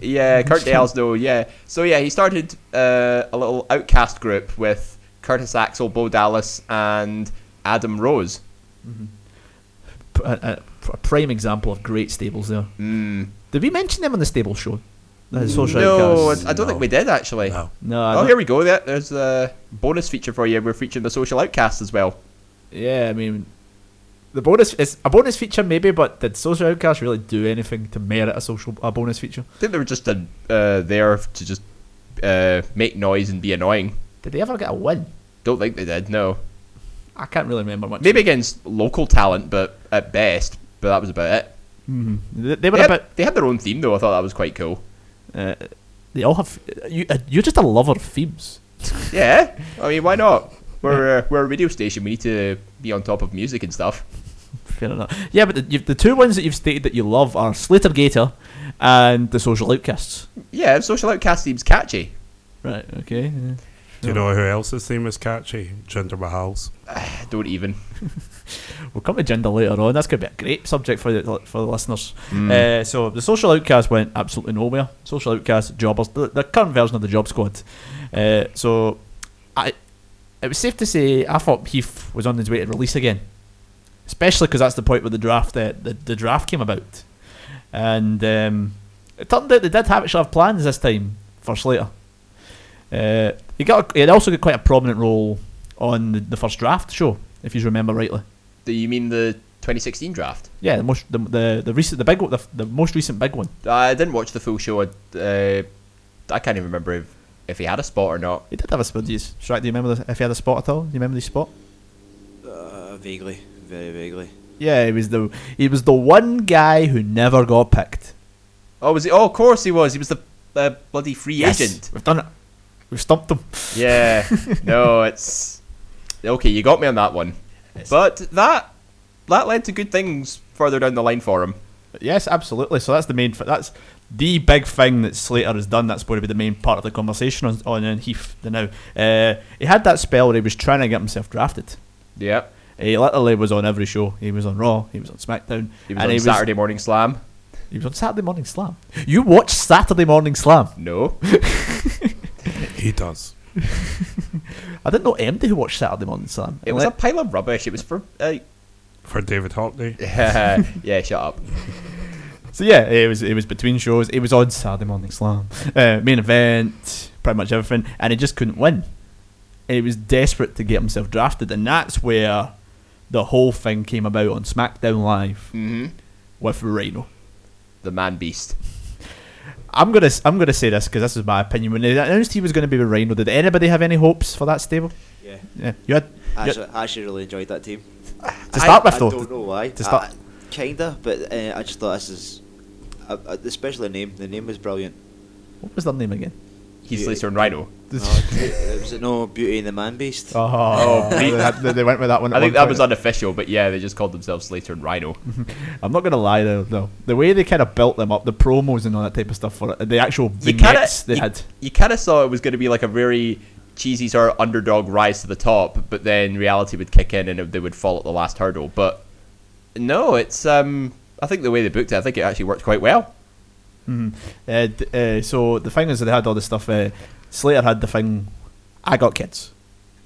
[SPEAKER 3] Yeah, Kurt Dale's though. Yeah, so yeah, he started uh, a little outcast group with Curtis Axel, Bo Dallas, and Adam Rose.
[SPEAKER 2] P- A, a, a prime example of great stables there.
[SPEAKER 3] Mm.
[SPEAKER 2] Did we mention them on the stable show? The social
[SPEAKER 3] No, I
[SPEAKER 2] outcasts.
[SPEAKER 3] I don't think we did actually.
[SPEAKER 4] No.
[SPEAKER 2] No. I
[SPEAKER 3] Oh,
[SPEAKER 2] don't-
[SPEAKER 3] here we go. There- There's a bonus feature for you. We're featuring the social outcast as well.
[SPEAKER 2] Yeah, I mean, the bonus is a bonus feature maybe, but did social outcasts really do anything to merit a social a bonus feature?
[SPEAKER 3] I think they were just uh, uh, there to just uh, make noise and be annoying.
[SPEAKER 2] Did they ever get a win?
[SPEAKER 3] Don't think they did. No.
[SPEAKER 2] I can't really remember much.
[SPEAKER 3] Maybe against local talent, but at best, but that was about it.
[SPEAKER 2] Mm-hmm. They, they were
[SPEAKER 3] They had,
[SPEAKER 2] about.
[SPEAKER 3] they had their own theme though. I thought that was quite cool.
[SPEAKER 2] Uh, they all have. You, uh, you're just a lover of themes.
[SPEAKER 3] Yeah, I mean, why not? We're uh, we're a radio station. We need to be on top of music and stuff.
[SPEAKER 2] Fair enough. Yeah, but the, you the two ones that you've stated that you love are Slater Gator and the Social Outcasts.
[SPEAKER 3] Yeah, social outcast seems catchy.
[SPEAKER 2] Right. Okay. yeah.
[SPEAKER 4] Do you know who else's theme is catchy? Jinder Mahal's.
[SPEAKER 3] Don't even.
[SPEAKER 2] We'll come to gender later on. That's going to be a great subject for the for the listeners. Uh, so the social outcast went absolutely nowhere. Social outcast jobbers, the, the current version of the job squad. Uh, so I, it was safe to say I thought Heath was on his way to release again, especially because that's the point where the draft uh, the, the draft came about, and um, it turned out they did have actually have plans this time for Slater. Uh, he got a, he had also got quite a prominent role on the, the first draft show, if you remember rightly.
[SPEAKER 3] Do you mean the 2016 draft?
[SPEAKER 2] Yeah, the most the the, the recent the big one, the, the most recent big one.
[SPEAKER 3] I didn't watch the full show. I, uh, I can't even remember if, if he had a spot or not.
[SPEAKER 2] He did have a spot. Do you, Shrek, do you remember the, if he had a spot at all? Do you remember the spot?
[SPEAKER 5] Uh, vaguely, very vaguely.
[SPEAKER 2] Yeah, he was the he was the one guy who never got picked.
[SPEAKER 3] Oh, was he? Oh, of course he was. He was the uh, bloody free agent.
[SPEAKER 2] we've done it. We've stumped him.
[SPEAKER 3] Yeah. no, it's okay, you got me on that one. But that that led to good things further down the line for him.
[SPEAKER 2] Yes, absolutely. So that's the main. f- That's the big thing that Slater has done. That's going to be the main part of the conversation on on uh, Heath. The now uh, he had that spell where he was trying to get himself drafted.
[SPEAKER 3] Yeah.
[SPEAKER 2] He literally was on every show. He was on Raw. He was on SmackDown.
[SPEAKER 3] He was on Saturday Morning Slam.
[SPEAKER 2] He was on Saturday Morning Slam. You watch Saturday Morning Slam?
[SPEAKER 3] No.
[SPEAKER 4] He does.
[SPEAKER 2] I didn't know MD who watched Saturday Morning Slam.
[SPEAKER 3] It was a
[SPEAKER 2] Like,
[SPEAKER 3] pile of rubbish. It was for. Uh,
[SPEAKER 4] For David Hockney.
[SPEAKER 3] yeah, shut up.
[SPEAKER 2] so yeah, it was it was between shows. It was on Saturday Morning Slam, uh, main event, pretty much everything, and he just couldn't win. And he was desperate to get himself drafted, and that's where the whole thing came about on SmackDown Live with Rhino.
[SPEAKER 3] The man beast.
[SPEAKER 2] I'm gonna I'm gonna say this because this is my opinion. When they announced he was going to be with Rhino, did anybody have any hopes for that stable?
[SPEAKER 5] Yeah.
[SPEAKER 2] Yeah, you had
[SPEAKER 5] I
[SPEAKER 2] you-
[SPEAKER 5] actually, I actually really enjoyed that team.
[SPEAKER 2] to start with
[SPEAKER 5] I
[SPEAKER 2] though.
[SPEAKER 5] don't know why.
[SPEAKER 2] to start-
[SPEAKER 5] I- I- kinda, but uh, I just thought this is, uh, uh, especially the name. The name was brilliant.
[SPEAKER 2] What was their name again?
[SPEAKER 3] He's
[SPEAKER 5] Yeah.
[SPEAKER 3] Slater and Rhino.
[SPEAKER 5] Oh, it was it no Beauty and the Man Beast?
[SPEAKER 2] Oh, they, had- they- they went with that one. at
[SPEAKER 3] I think
[SPEAKER 2] one
[SPEAKER 3] that was
[SPEAKER 2] point.
[SPEAKER 3] unofficial, but yeah, they just called themselves Slater and Rhino.
[SPEAKER 2] I'm not gonna lie though, though the way they kind of built them up, the promos and all that type of stuff for it, the actual
[SPEAKER 3] you kind
[SPEAKER 2] vignettes
[SPEAKER 3] of
[SPEAKER 2] they
[SPEAKER 3] you,
[SPEAKER 2] had.
[SPEAKER 3] kind of saw it was going to be like a very cheesy sort of underdog rise to the top, but then reality would kick in and it- they would fall at the last hurdle. But no, it's um, I think the way they booked it, I think it actually worked quite well.
[SPEAKER 2] Mhm. Uh, d- uh, so the thing is, that they had all this stuff. Uh, Slater had the thing. I got kids.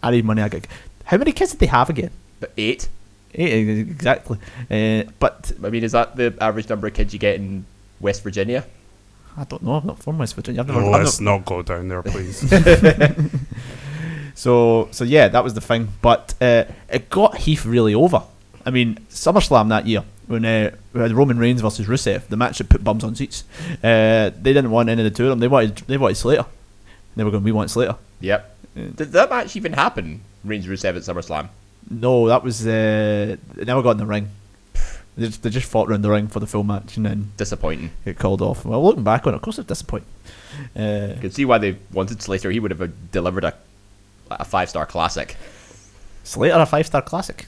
[SPEAKER 2] I need money. I got. How many kids did they have again?
[SPEAKER 3] But eight,
[SPEAKER 2] Eight, e- exactly. Uh, but
[SPEAKER 3] I mean, is that the average number of kids you get in West Virginia?
[SPEAKER 2] I don't know. I'm not from West Virginia. I've never.
[SPEAKER 4] No,
[SPEAKER 2] I've
[SPEAKER 4] let's
[SPEAKER 2] not-
[SPEAKER 4] not go down there, please.
[SPEAKER 2] so so yeah, that was the thing. But uh, it got Heath really over. I mean, SummerSlam that year when uh, we had Roman Reigns versus Rusev, the match that put bums on seats. Uh, they didn't want any of the two of them. They wanted they wanted Slater. They were going, we want Slater.
[SPEAKER 3] Yep. Did that match even happen? Reigns Rusev at SummerSlam.
[SPEAKER 2] No, that was uh, they never got in the ring. They just, they just fought around the ring for the full match and then
[SPEAKER 3] Disappointing.
[SPEAKER 2] it called off. Well, looking back on it, of course, it's disappointing. Uh,
[SPEAKER 3] You can see why they wanted Slater. He would have uh, delivered a a five star classic.
[SPEAKER 2] Slater, a five star classic.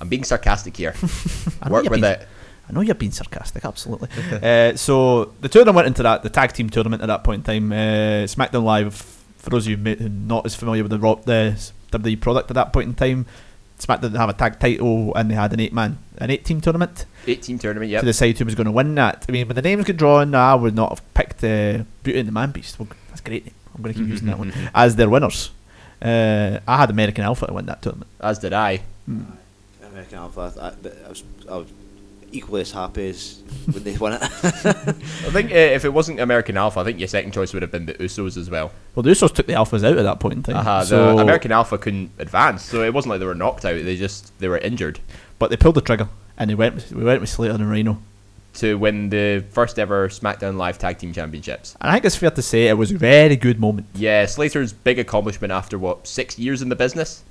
[SPEAKER 3] I'm being sarcastic here.
[SPEAKER 2] I know
[SPEAKER 3] Work
[SPEAKER 2] you're
[SPEAKER 3] with
[SPEAKER 2] being-
[SPEAKER 3] it.
[SPEAKER 2] I know you're being sarcastic, absolutely. uh, so the two of them went into that, the tag team tournament at that point in time. Uh, SmackDown Live, for those of you ma- who are not as familiar with the, Raw, the WWE product at that point in time, SmackDown didn't have a tag title and they had an eight man, an eight team tournament
[SPEAKER 3] Eight team tournament. Yep.
[SPEAKER 2] to decide who was going to win that. I mean, when the names get drawn, I would not have picked uh, Beauty and the Man Beast. Well, that's a great name. I'm going to keep using that one as their winners. Uh, I had American Alpha to win that tournament.
[SPEAKER 3] As did I.
[SPEAKER 5] American Alpha. I, I, but I was, I was equally as happy as when they won it.
[SPEAKER 3] I think uh, if it wasn't American Alpha, I think your second choice would have been the Usos as well.
[SPEAKER 2] Well, the Usos took the Alphas out at that point in time.
[SPEAKER 3] Uh,
[SPEAKER 2] so,
[SPEAKER 3] the American Alpha couldn't advance, so it wasn't like they were knocked out. They just they were injured
[SPEAKER 2] But they pulled the trigger and they went. with- We went with Slater and Rhino.
[SPEAKER 3] to win the first ever SmackDown Live Tag Team Championships.
[SPEAKER 2] And I think it's fair to say it was a very good moment.
[SPEAKER 3] Yeah, Slater's big accomplishment after what six years in the business.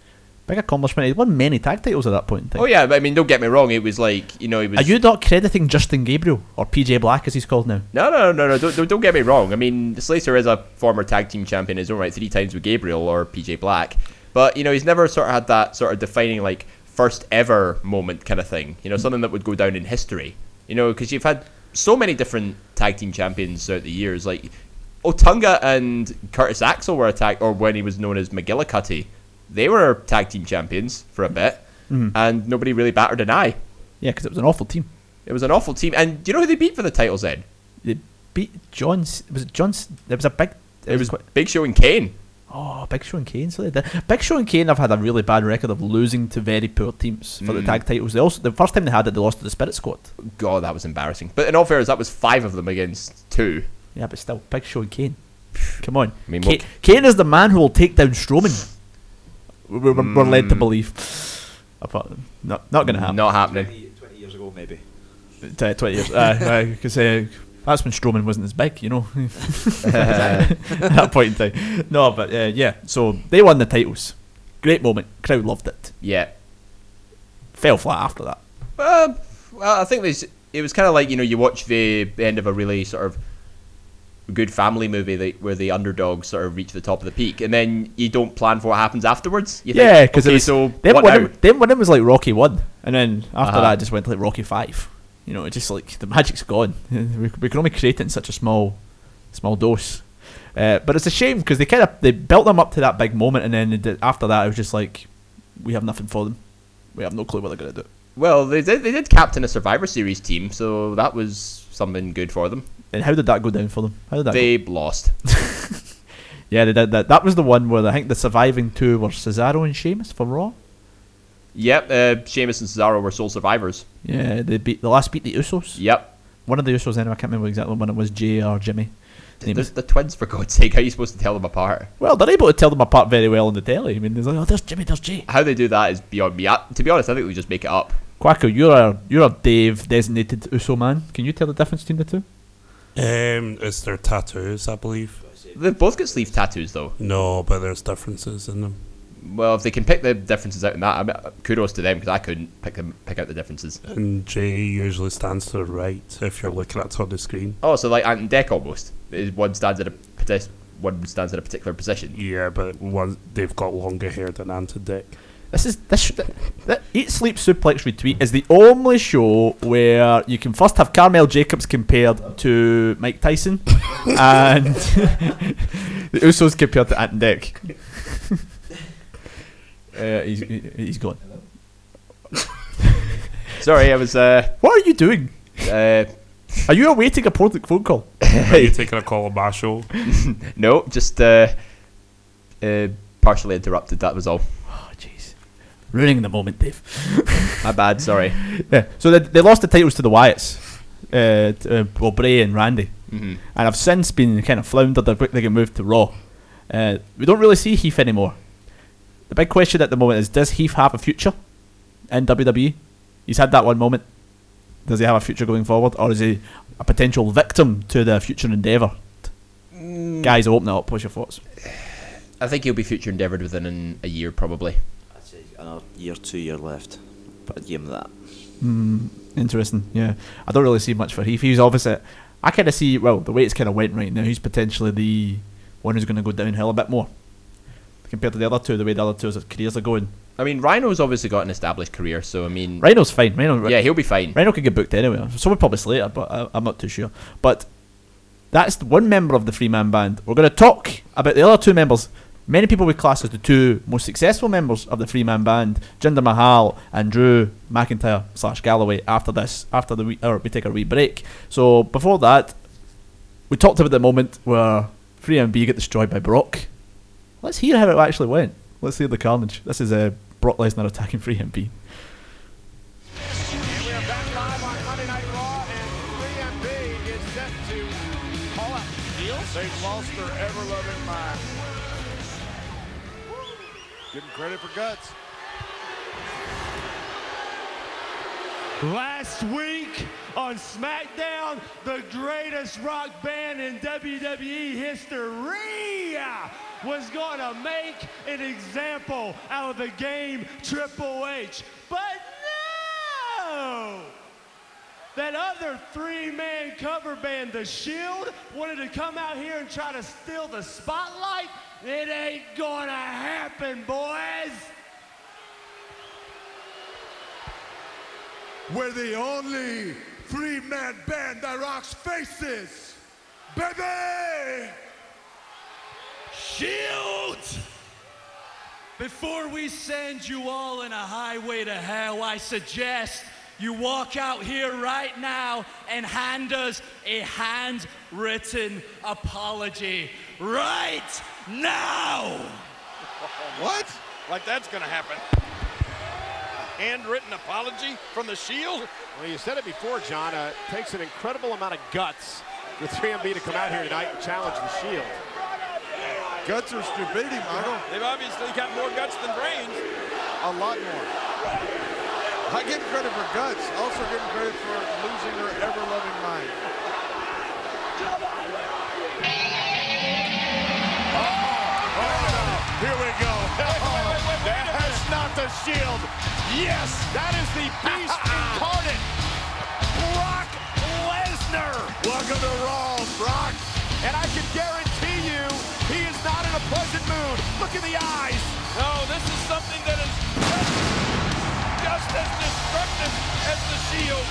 [SPEAKER 2] Big accomplishment. He won many tag titles at that point in time.
[SPEAKER 3] Oh yeah, but I mean, don't get me wrong. It was like you know, it was.
[SPEAKER 2] Are you not crediting Justin Gabriel or PJ Black as he's called now?
[SPEAKER 3] No, no, no, no. Don't, don't- don't get me wrong. I mean, Slater is a former tag team champion. He's all right three times with Gabriel or PJ Black, but you know he's never sort of had that sort of defining like first ever moment kind of thing. You know, something that would go down in history. You know, because you've had so many different tag team champions throughout the years. Like Otunga and Curtis Axel were attacked, or when he was known as McGillicuddy, they were tag team champions for a bit, and nobody really battered an eye.
[SPEAKER 2] Yeah, because it was an awful team.
[SPEAKER 3] It was an awful team, and do you know who they beat for the titles then?
[SPEAKER 2] They beat John. C- Was it John? C- It was a big. It,
[SPEAKER 3] It
[SPEAKER 2] was
[SPEAKER 3] was
[SPEAKER 2] quite,
[SPEAKER 3] Big Show and Kane.
[SPEAKER 2] oh, Big Show and Kane. So they did. Big Show and Kane have had a really bad record of losing to very poor teams for the tag titles. They also the first time they had it, they lost to the Spirit Squad.
[SPEAKER 3] God, that was embarrassing. But in all fairness, that was five of them against two.
[SPEAKER 2] Yeah, but still, Big Show and Kane. Come on,
[SPEAKER 3] I mean,
[SPEAKER 2] Kane,
[SPEAKER 3] what-
[SPEAKER 2] Kane is the man who will take down Strowman. We're, we're, we're led to
[SPEAKER 3] Hmm.
[SPEAKER 2] believe. Apart, not not gonna happen.
[SPEAKER 3] Not happening.
[SPEAKER 5] 20, 20 years ago, maybe.
[SPEAKER 2] T- uh, Twenty years, because that's when Strowman wasn't as big, you know. At that point in time, no, but uh, yeah. So they won the titles. Great moment. Crowd loved it.
[SPEAKER 3] Yeah.
[SPEAKER 2] Fell flat after that.
[SPEAKER 3] Uh, well, I think this, it was kind of like, you know, you watch the, the end of a really sort of good family movie that, where the underdogs sort of reach the top of the peak, and then you don't plan for what happens afterwards. You think,
[SPEAKER 2] Yeah, because
[SPEAKER 3] okay,
[SPEAKER 2] it was
[SPEAKER 3] so
[SPEAKER 2] then
[SPEAKER 3] what
[SPEAKER 2] when
[SPEAKER 3] now?
[SPEAKER 2] it, then when it was like Rocky One, and then after
[SPEAKER 3] Uh-huh.
[SPEAKER 2] that it just went to like Rocky Five. You know, it just like the magic's gone. We, we can only create it in such a small, small dose. Uh, but it's a shame because they kind of they built them up to that big moment, and then they did- after that it was just like we have nothing for them. We have no clue what they're gonna do.
[SPEAKER 3] Well, they did, they did captain a Survivor Series team, so that was something good for them.
[SPEAKER 2] And how did that go down for them? How did that?
[SPEAKER 3] They lost.
[SPEAKER 2] go? Yeah, they did that. That was the one where I think the surviving two were Cesaro and Sheamus for Raw.
[SPEAKER 3] Yep, uh, Sheamus and Cesaro were sole survivors.
[SPEAKER 2] Yeah, they beat the last beat the Usos.
[SPEAKER 3] Yep.
[SPEAKER 2] One of the Usos anyway. I can't remember exactly when it was Jay or Jimmy. Name
[SPEAKER 3] They're,
[SPEAKER 2] is-
[SPEAKER 3] they're twins, for God's sake. How are you supposed to tell them apart?
[SPEAKER 2] Well, they're able to tell them apart very well on the telly. I mean, they're like, oh, there's Jimmy, there's Jay.
[SPEAKER 3] How they do that is beyond me. I, to be honest, I think we just make it up.
[SPEAKER 2] Quacko, you're a you're a Dave designated Uso man. Can you tell the difference between the two?
[SPEAKER 4] Um, it's their tattoos, I believe.
[SPEAKER 3] They've both got sleeve tattoos, though.
[SPEAKER 4] No, but there's differences in them.
[SPEAKER 3] Well, if they can pick the differences out in that, I mean, kudos to them because I couldn't pick them pick out the differences.
[SPEAKER 4] And J usually stands to the right if you're looking at it on the screen.
[SPEAKER 3] Oh, so like Ant and Deck almost. Is One stands at a potes- one stands at a particular position.
[SPEAKER 4] Yeah, but one, they've got longer hair than Ant and Dick.
[SPEAKER 2] This is this th- that Eat Sleep Suplex Retweet is the only show where you can first have Carmel Jacobs compared to Mike Tyson, and the Usos compared to Ant and Deck. uh, he's he- he's gone.
[SPEAKER 3] Sorry, I was uh,
[SPEAKER 2] What are you doing?
[SPEAKER 3] uh
[SPEAKER 2] Are you awaiting a important phone call?
[SPEAKER 4] Are you taking a call on my show?
[SPEAKER 3] no, just uh, uh partially interrupted. That was all.
[SPEAKER 2] Oh jeez, ruining the moment, Dave.
[SPEAKER 3] My bad. Sorry.
[SPEAKER 2] Yeah. So they, they lost the titles to the Wyatts, uh, t- uh, well, Bray and Randy,
[SPEAKER 3] Mhm.
[SPEAKER 2] and have since been kind of floundered. They quickly get moved to Raw. Uh, we don't really see Heath anymore. The big question at the moment is: Does Heath have a future in WWE? He's had that one moment. Does he have a future going forward, or is he a potential victim to the future endeavor? Guys, open it up. What's your thoughts?
[SPEAKER 3] I think he'll be future endeavoured within an, a year probably.
[SPEAKER 5] I'd say another year, two year left. But I'd give him that.
[SPEAKER 2] Interesting. Yeah, I don't really see much for Heath. He's obviously, I kind of see. Well, the way it's kind of went right now, he's potentially the one who's going to go downhill a bit more compared to the other two. The way the other two's careers are going,
[SPEAKER 3] I mean, Rhino's obviously got an established career, so I mean,
[SPEAKER 2] Rhino's fine. Rhino,
[SPEAKER 3] yeah, he'll be fine.
[SPEAKER 2] Rhino could get booked anywhere. So we'll probably later, but I, I'm not too sure. But that's the one member of the three man band. We're going to talk about the other two members. Many people would class as the two most successful members of the three man band, Jinder Mahal and Drew McIntyre slash Galloway. After this, after the we, or we take a wee break. So before that, we talked about the moment where 3MB get destroyed by Brock. Let's hear how it actually went. Let's hear the carnage. This is uh, Brock Lesnar attacking 3MB.
[SPEAKER 6] And we are back live on Monday Night Raw, and 3MB is set to call out Niels. They've lost their ever-loving mind. Give them credit for guts.
[SPEAKER 7] Last week on SmackDown, the greatest rock band in WWE history was going to make an example out of the game Triple H. But no! That other three man cover band, The Shield, wanted to come out here and try to steal the spotlight. It ain't gonna happen, boys!
[SPEAKER 6] We're the only three-man band that rocks faces, baby!
[SPEAKER 7] Shield! Before we send you all in a highway to hell, I suggest you walk out here right now and hand us a handwritten apology. Right now!
[SPEAKER 6] What? Like that's gonna happen. Handwritten apology from the Shield?
[SPEAKER 8] Well, you said it before, John. Uh, it takes an incredible amount of guts for 3MB to come out here tonight and challenge the Shield.
[SPEAKER 6] Guts or stupidity, Michael?
[SPEAKER 9] They've obviously got more guts than brains.
[SPEAKER 6] A lot more. I give credit for guts. Also give them credit for losing their ever-loving mind.
[SPEAKER 8] Oh, Here we go. That's not the Shield. Yes, that is the Beast incarnate, Brock Lesnar.
[SPEAKER 6] Welcome to Raw, Brock.
[SPEAKER 8] and I can guarantee you he is not in a pleasant mood. Look in the eyes.
[SPEAKER 9] No, this is something that is just as destructive as the Shield.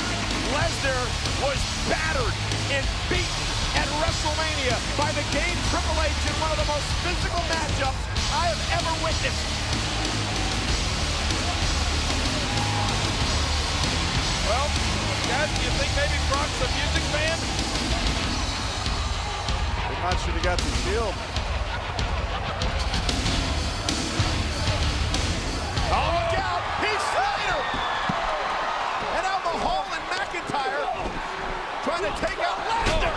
[SPEAKER 8] Lesnar was battered and beaten at WrestleMania by the game Triple H in one of the most physical matchups I have ever witnessed.
[SPEAKER 9] Well, guys, do you think maybe Brock's a music fan?
[SPEAKER 8] I'm not sure they got the shield. Oh, look out! He's Slater! And out the hole in McIntyre trying to take out Lesnar!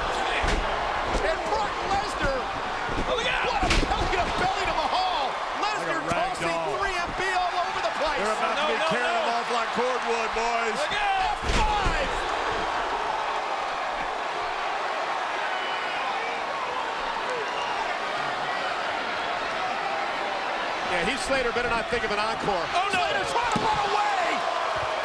[SPEAKER 8] And Brock Lesnar! What a belly to belly to Mahal! Lesnar
[SPEAKER 4] Like a rag
[SPEAKER 8] tossing
[SPEAKER 4] doll.
[SPEAKER 8] 3MB all over the place!
[SPEAKER 4] They're about
[SPEAKER 9] No, no,
[SPEAKER 4] to get carried
[SPEAKER 9] no.
[SPEAKER 4] off like cordwood, boys.
[SPEAKER 9] Look out!
[SPEAKER 8] Five! Yeah, Heath Slater better not think of an encore.
[SPEAKER 9] Oh, no.
[SPEAKER 8] Slater's trying to run away!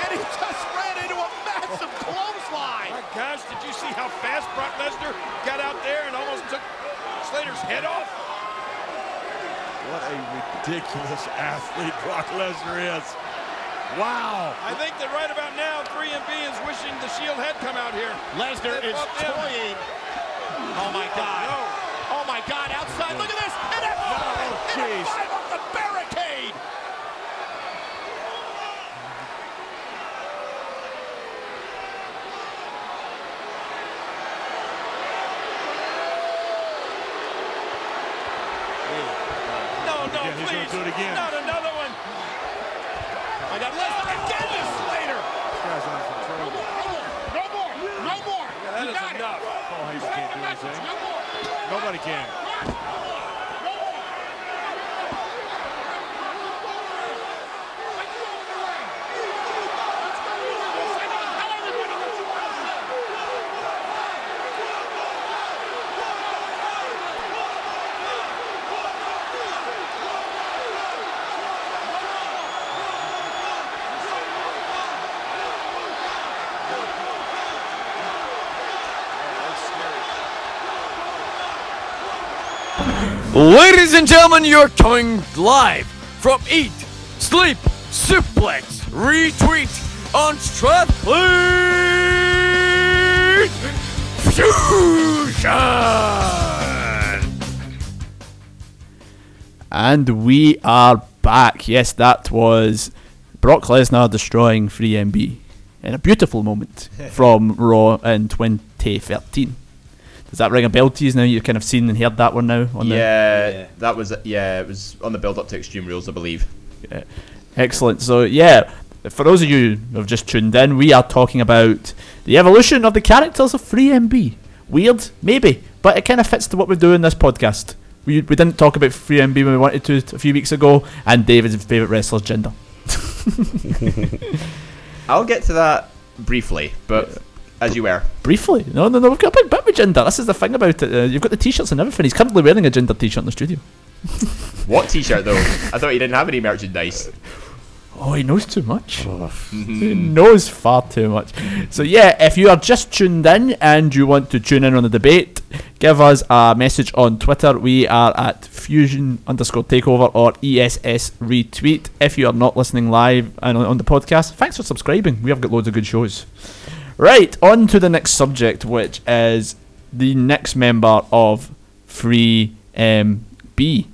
[SPEAKER 8] And he just ran into a massive clothesline!
[SPEAKER 9] My gosh, did you see how fast Brock Lesnar got out there and almost took Slater's head off?
[SPEAKER 4] What a ridiculous athlete Brock Lesnar is. Wow.
[SPEAKER 9] I think that right about now, 3MB is wishing the Shield had come out here.
[SPEAKER 8] Lesnar
[SPEAKER 9] They
[SPEAKER 8] is
[SPEAKER 9] bumped him.
[SPEAKER 8] toying. Oh my God.
[SPEAKER 9] No.
[SPEAKER 8] Oh my God, outside. Look at this. And a five. and a
[SPEAKER 4] jeez.
[SPEAKER 8] five off the barricade.
[SPEAKER 9] No, no,
[SPEAKER 4] Yeah, he's gonna
[SPEAKER 9] please.
[SPEAKER 4] do it again.
[SPEAKER 9] Not another one.
[SPEAKER 8] Oh my God, Lesnar again to Slater.
[SPEAKER 6] No more! No more!
[SPEAKER 9] That is enough.
[SPEAKER 4] Paul Heyman can't do anything. Nobody can.
[SPEAKER 1] Ladies and gentlemen, you're coming live from Eat, Sleep, Suplex, Retweet on Strathlete Fusion!
[SPEAKER 2] And we are back. Yes, that was Brock Lesnar destroying 3MB in a beautiful moment from Raw in 2013. Does that ring a bell to you now? You've kind of seen and heard that one now. On
[SPEAKER 3] Yeah,
[SPEAKER 5] Yeah.
[SPEAKER 3] that was yeah. It was on the build up to Extreme Rules, I believe.
[SPEAKER 2] The, Yeah. excellent. So, yeah, for those of you who have just tuned in, we are talking about the evolution of the characters of 3MB. Weird, maybe, but it kind of fits to what we do in this podcast. We, we didn't talk about 3MB when we wanted to a few weeks ago, and David's favourite wrestler's gender.
[SPEAKER 3] I'll get to that briefly, but as you were,
[SPEAKER 2] Briefly. No, no, no. We've got a big bit with gender. This is the thing about it. Uh, you've got the t-shirts and everything. He's currently wearing a gender t-shirt in the studio.
[SPEAKER 3] what T-shirt though? I thought you didn't have any merchandise.
[SPEAKER 2] Oh, he knows too much. he knows far too much. So yeah, if you are just tuned in and you want to tune in on the debate, give us a message on Twitter. We are at fusion underscore takeover or ess retweet. If you are not listening live and on- on the podcast, thanks for subscribing. We have got loads of good shows. Right, on to the next subject, which is the next member of Free MB.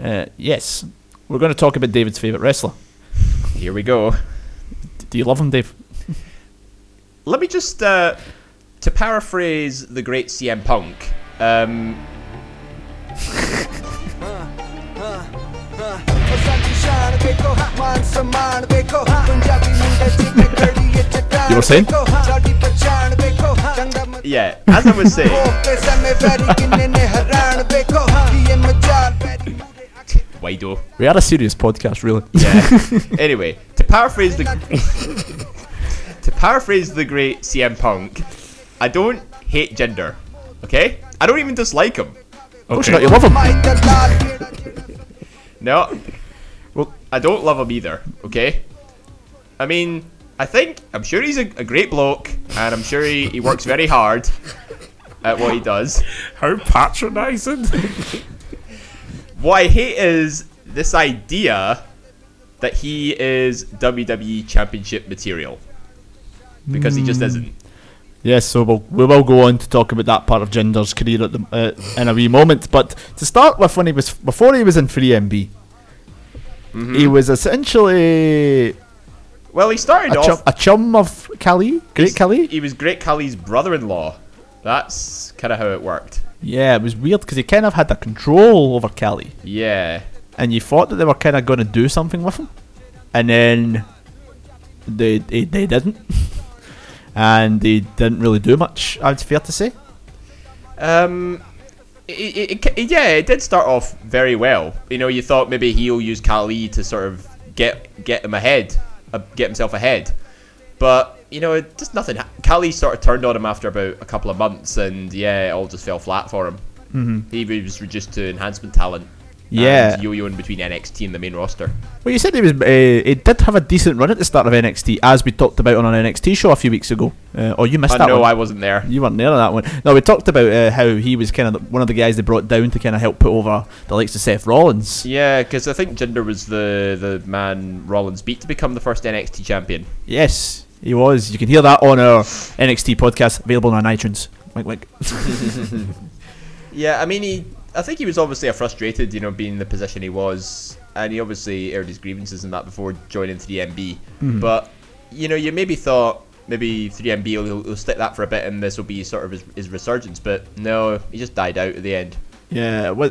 [SPEAKER 2] Uh, yes, we're going to talk about David's favourite wrestler.
[SPEAKER 3] Here we go.
[SPEAKER 2] D- Do you love him, Dave?
[SPEAKER 3] Let me just uh, to paraphrase the great CM Punk. Um,
[SPEAKER 2] You were saying?
[SPEAKER 3] yeah, as I was saying, why do?
[SPEAKER 2] We are a serious podcast, really.
[SPEAKER 3] Yeah. anyway, to paraphrase the to paraphrase the great CM Punk, I don't hate gender. Okay, I don't even dislike him.
[SPEAKER 2] Of course not, you love him.
[SPEAKER 3] No,
[SPEAKER 2] Well-
[SPEAKER 3] I don't love him either. Okay, I mean, I think I'm sure he's a, a great bloke, and I'm sure he, he works very hard. at what he does.
[SPEAKER 4] How patronizing.
[SPEAKER 3] What I hate is this idea that he is WWE Championship material because he just isn't.
[SPEAKER 2] Yes, so we'll, we will go on to talk about that part of Jinder's career at the, uh, in a wee moment. But to start with, when he was before he was in 3MB,
[SPEAKER 3] Mm-hmm.
[SPEAKER 2] he was essentially
[SPEAKER 3] Well, he started
[SPEAKER 2] a
[SPEAKER 3] off.
[SPEAKER 2] chum, a chum of Kali, Great Kali.
[SPEAKER 3] He was Great Khali's brother-in-law. That's kind of how it worked.
[SPEAKER 2] Yeah, it was weird because he kind of had the control over Kali,
[SPEAKER 3] Yeah.
[SPEAKER 2] and you thought that they were kind of going to do something with him, and then they they, they didn't, and they didn't really do much. It's fair to say.
[SPEAKER 3] Um, it, it, it, ca- yeah, it did start off very well. You know, you thought maybe he'll use Kali to sort of get get him ahead, uh, get himself ahead, but you know, it, just nothing. ha- Kali sort of turned on him after about a couple of months, and yeah, it all just fell flat for him. Mm-hmm. He was reduced to enhancement talent.
[SPEAKER 2] Yeah.
[SPEAKER 3] and yo-yo in between NXT and the main roster.
[SPEAKER 2] Well, you said he was. Uh, he did have a decent run at the start of NXT, as we talked about on an NXT show a few weeks ago. Uh, oh, you missed
[SPEAKER 3] Uh,
[SPEAKER 2] that
[SPEAKER 3] no,
[SPEAKER 2] one.
[SPEAKER 3] I wasn't there.
[SPEAKER 2] you weren't there on that one. No, we talked about uh, how he was kind of one of the guys they brought down to kind of help put over the likes of Seth Rollins.
[SPEAKER 3] Yeah, because I think Jinder was the the man Rollins beat to become the first NXT champion.
[SPEAKER 2] Yes, he was. You can hear that on our NXT podcast, available on iTunes. Wink, wink.
[SPEAKER 3] Yeah, I mean, he. I think he was obviously frustrated, you know, being in the position he was, and he obviously aired his grievances and that before joining 3MB. But you know, you maybe thought maybe 3MB will, will stick that for a bit, and this will be sort of his, his resurgence. But no, he just died out at the end.
[SPEAKER 2] Yeah, it, was,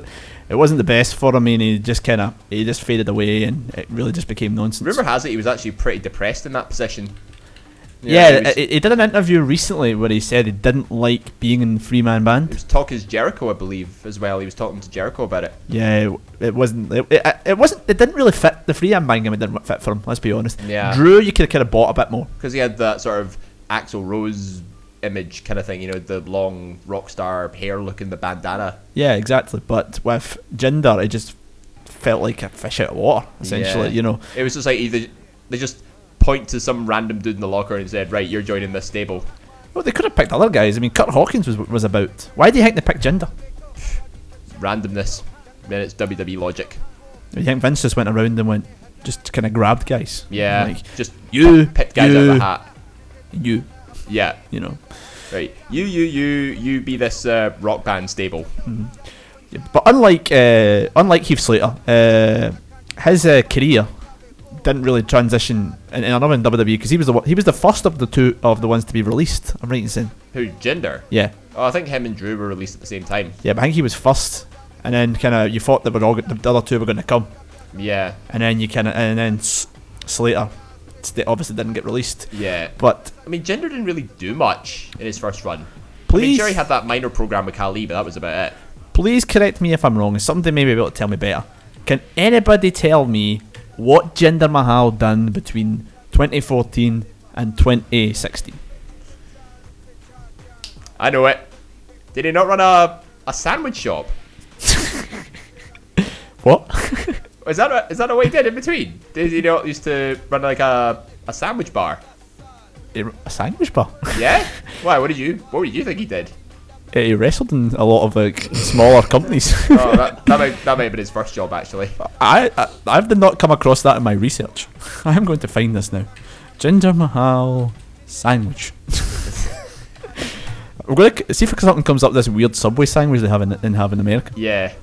[SPEAKER 2] it wasn't the best for him, and he just kind of he just faded away, and it really just became nonsense.
[SPEAKER 3] Rumor has it he was actually pretty depressed in that position. You know,
[SPEAKER 2] yeah,
[SPEAKER 3] he, was,
[SPEAKER 2] he, he did an interview recently where he said he didn't like being in the three man band.
[SPEAKER 3] he was talking to Jericho, I believe, as well. He was talking to Jericho about it.
[SPEAKER 2] Yeah, it, it wasn't. It, it, it wasn't. It didn't really fit the free and bang game. It didn't fit for him. Let's be honest.
[SPEAKER 3] Yeah.
[SPEAKER 2] Drew, you could have kind of bought a bit more.
[SPEAKER 3] because he had that sort of Axel Rose image kind of thing, you know, the long rock star hair look and the bandana.
[SPEAKER 2] Yeah, exactly. But with Jinder, it just felt like a fish out of water. Essentially,
[SPEAKER 3] Yeah.
[SPEAKER 2] you know.
[SPEAKER 3] It was just like either they just point to some random dude in the locker and said, "Right, you're joining this stable."
[SPEAKER 2] Well, they could have picked other guys. I mean, Kurt Hawkins was was about. Why do you think they picked Jinder?
[SPEAKER 3] Randomness. Then it's WWE logic.
[SPEAKER 2] You think Vince just went around and went, just kind of grabbed guys?
[SPEAKER 3] Yeah,
[SPEAKER 2] Like,
[SPEAKER 3] just
[SPEAKER 2] you,
[SPEAKER 3] picked guys out of
[SPEAKER 2] you.
[SPEAKER 3] the hat.
[SPEAKER 2] you,
[SPEAKER 3] Yeah,
[SPEAKER 2] you know.
[SPEAKER 3] right. You, you, you, you be this uh, rock band stable.
[SPEAKER 2] Yeah, But unlike uh, unlike Heath Slater, uh, his uh, career didn't really transition in, in another in WWE because he was the one- he was the first of the two of the ones to be released. I'm right in saying,
[SPEAKER 3] Who gender?
[SPEAKER 2] yeah,
[SPEAKER 3] Oh, I think him and Drew were released at the same time.
[SPEAKER 2] yeah. But I think he was first, and then kind of you thought that were all go- the other two were going to come,
[SPEAKER 3] Yeah,
[SPEAKER 2] and then you kind of and then S- Slater, they obviously didn't get released.
[SPEAKER 3] yeah.
[SPEAKER 2] But
[SPEAKER 3] I mean, Jinder didn't really do much in his first run. I mean,
[SPEAKER 2] Please.
[SPEAKER 3] Jerry had that minor program with Kali, but that was about it.
[SPEAKER 2] please correct me if I'm wrong. and Somebody may be able to tell me better. Can anybody tell me what Jinder Mahal done between 2014 and 2016?
[SPEAKER 3] I know it. Did he not run a, a sandwich shop?
[SPEAKER 2] What?
[SPEAKER 3] Is that a, is that what he did in between? Did he not used to run like a, a sandwich bar?
[SPEAKER 2] He r- a sandwich bar.
[SPEAKER 3] Yeah. Why? What did you What did you think he did?
[SPEAKER 2] he wrestled in a lot of like smaller companies.
[SPEAKER 3] Oh, that that might, that might have been his first job actually.
[SPEAKER 2] I, I I've did not come across that in my research. I am going to find this now. Jinder Mahal sandwich. We're gonna c- see if something comes up. This weird Subway sandwich they have in, in have in America.
[SPEAKER 3] Yeah.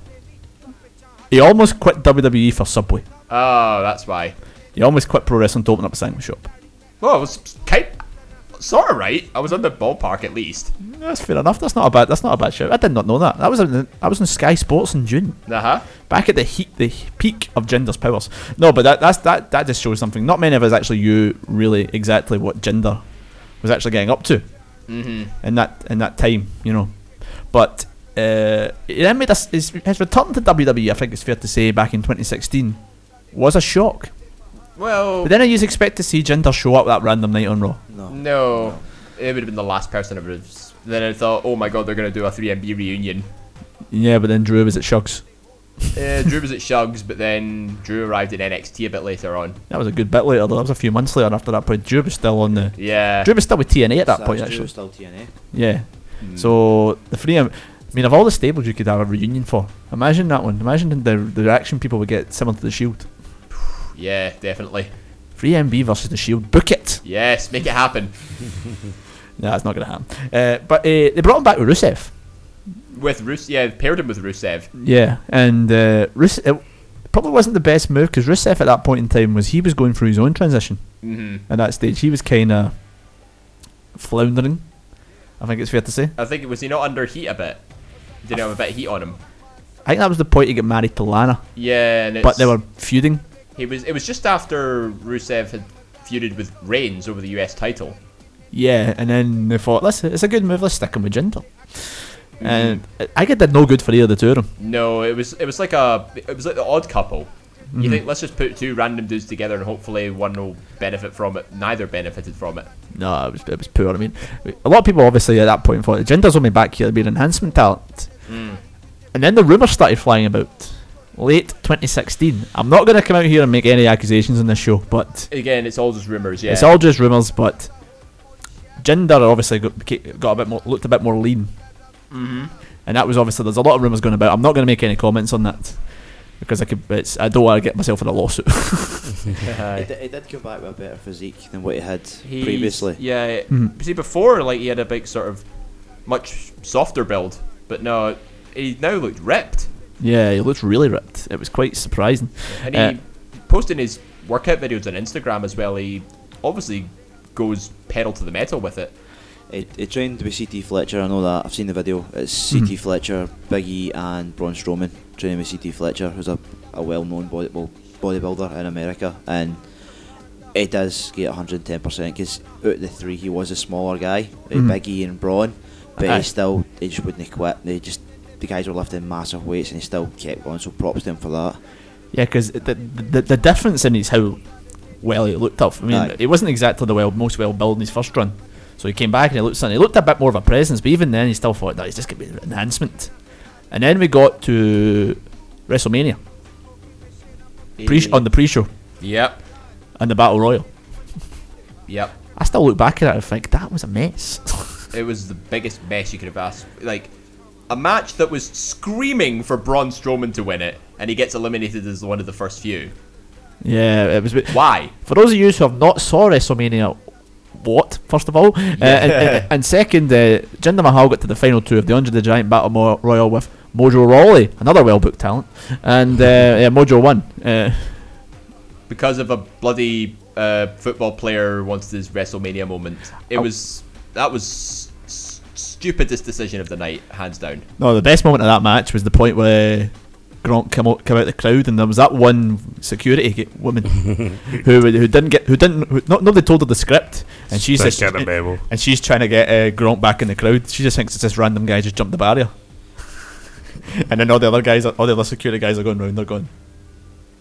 [SPEAKER 2] He almost quit WWE for Subway.
[SPEAKER 3] Oh, that's why.
[SPEAKER 2] He almost quit pro wrestling to open up a sandwich shop.
[SPEAKER 3] Well, I was kind sort of right. I was on the ballpark at least.
[SPEAKER 2] That's fair enough. That's not a bad. That's not a bad show. I did not know that. That was on, that was on Sky Sports in June.
[SPEAKER 3] Uh huh.
[SPEAKER 2] back at the heat, the peak of Jinder's powers. No, but that that's, that that just shows something. Not many of us actually knew really exactly what Jinder was actually getting up to in that in that time, you know. But uh, he then made us his, his return to WWE. I think it's fair to say back in 2016 was a shock.
[SPEAKER 3] Well,
[SPEAKER 2] But then I used to expect to see Jinder show up that random night on Raw.
[SPEAKER 3] no. It would have been the last person I would have. s- Then I thought, oh my god, they're gonna do a 3MB reunion.
[SPEAKER 2] Yeah, but then Drew was at Shugs.
[SPEAKER 3] Uh, Drew was at Shugs, but then Drew arrived in NXT a bit later on.
[SPEAKER 2] That was a good bit later. though. That was a few months later. After that point, Drew was still on the.
[SPEAKER 3] Yeah.
[SPEAKER 2] Drew was still with TNA at that
[SPEAKER 5] That
[SPEAKER 2] point,
[SPEAKER 5] was Drew
[SPEAKER 2] actually.
[SPEAKER 5] still TNA.
[SPEAKER 2] Yeah. So the three. of- I mean, of all the stables you could have a reunion for, imagine that one. Imagine the the reaction people would get similar to the Shield.
[SPEAKER 3] Yeah, definitely.
[SPEAKER 2] Free MB versus the Shield. Book it.
[SPEAKER 3] Yes, make it happen.
[SPEAKER 2] Nah, it's not gonna happen. Uh, but uh, they brought him back with Rusev.
[SPEAKER 3] With Rus, yeah, paired him with Rusev.
[SPEAKER 2] Yeah, and uh, Rus- it probably wasn't the best move because Rusev at that point in time was he was going through his own transition.
[SPEAKER 3] hmm
[SPEAKER 2] At that stage, he was kind of floundering. I think it's fair to say.
[SPEAKER 3] I think was he not under heat a bit? Did he have a bit of heat on him?
[SPEAKER 2] I think that was the point to get married to Lana,
[SPEAKER 3] Yeah, and it's,
[SPEAKER 2] but they were feuding.
[SPEAKER 3] He was. It was just after Rusev had feuded with Reigns over the U.S. title.
[SPEAKER 2] Yeah, and then they thought, listen, it's a good move. Let's stick him with Jinder. And I get that no good for either of the two of them.
[SPEAKER 3] No, it was. It was like a. It was like the odd couple.
[SPEAKER 2] Mhm.
[SPEAKER 3] You think let's just put two random dudes together and hopefully one will benefit from it. Neither benefited from it.
[SPEAKER 2] No, it was, it was poor. I mean, a lot of people obviously at that point thought Jinder's only back here to be an enhancement talent. And then the rumours started flying about late 2016. I'm not going to come out here and make any accusations on this show, but
[SPEAKER 3] Again, it's all just rumors. Yeah.
[SPEAKER 2] it's all just rumours. But Jinder obviously got, beca- got a bit more, looked a bit more lean. Mm-hmm. And that was obviously, there's a lot of rumours going about. I'm not going to make any comments on that because I could, it's, I don't want to get myself in a lawsuit.
[SPEAKER 5] It, di- it did come back with a better physique than what he had
[SPEAKER 3] He's-
[SPEAKER 5] previously.
[SPEAKER 3] Yeah. See, before like he had a big sort of much softer build, but no, he now looked ripped,
[SPEAKER 2] yeah, he looked really ripped. It was quite surprising.
[SPEAKER 3] and
[SPEAKER 2] Uh,
[SPEAKER 3] he posted his workout videos on Instagram as well. He obviously goes pedal to the metal with it.
[SPEAKER 5] It, it trained with CT Fletcher, I know that. I've seen the video. It's CT Fletcher, Big E, and Braun Strowman training with CT Fletcher, who's a, a well known body, well, bodybuilder in America. And it does get 110% because out of the three, he was a smaller guy, uh, Big E and Braun. But
[SPEAKER 2] Aye.
[SPEAKER 5] he still, he just wouldn't quit. They just, the guys were lifting massive weights and he still kept on, so props to him for that.
[SPEAKER 2] Yeah, because the, the the difference in is how well he looked up. I mean,
[SPEAKER 5] Aye.
[SPEAKER 2] it wasn't exactly the well most well built in his first run. So he came back and he looked something. He looked a bit more of a presence, but even then, he still thought that he's just going to be an enhancement. And then we got to WrestleMania pre- on the pre-show
[SPEAKER 3] Yep.
[SPEAKER 2] and the Battle Royal.
[SPEAKER 3] Yep.
[SPEAKER 2] I still look back at it and think that was a mess.
[SPEAKER 3] It was the biggest mess you could have asked. Like a match that was screaming for Braun Strowman to win it, and he gets eliminated as one of the first few.
[SPEAKER 2] yeah, it was. a bit-
[SPEAKER 3] Why?
[SPEAKER 2] For those of you who have not saw WrestleMania, what first of all, Uh, and, and, and second, uh, Jinder Mahal got to the final two of the Andre the Giant Battle Mo- Royal with Mojo Rawley, another well booked talent, and uh, yeah, Mojo won. Uh,
[SPEAKER 3] because of a bloody uh, football player wants his WrestleMania moment. It
[SPEAKER 2] Oh.
[SPEAKER 3] was that was s- stupidest decision of the night, hands down.
[SPEAKER 2] no, the best moment of that match was the point where Gronk came out, came out the crowd, and there was that one security g- woman who who didn't get who didn't who, no, nobody told her the script, and she's
[SPEAKER 4] Stick
[SPEAKER 2] just
[SPEAKER 4] in a memo.
[SPEAKER 2] and she's trying to get uh, Gronk back in the crowd. She just thinks it's this random guy just jumped the barrier. and then all the other guys, all the other security guys are going round. They're going,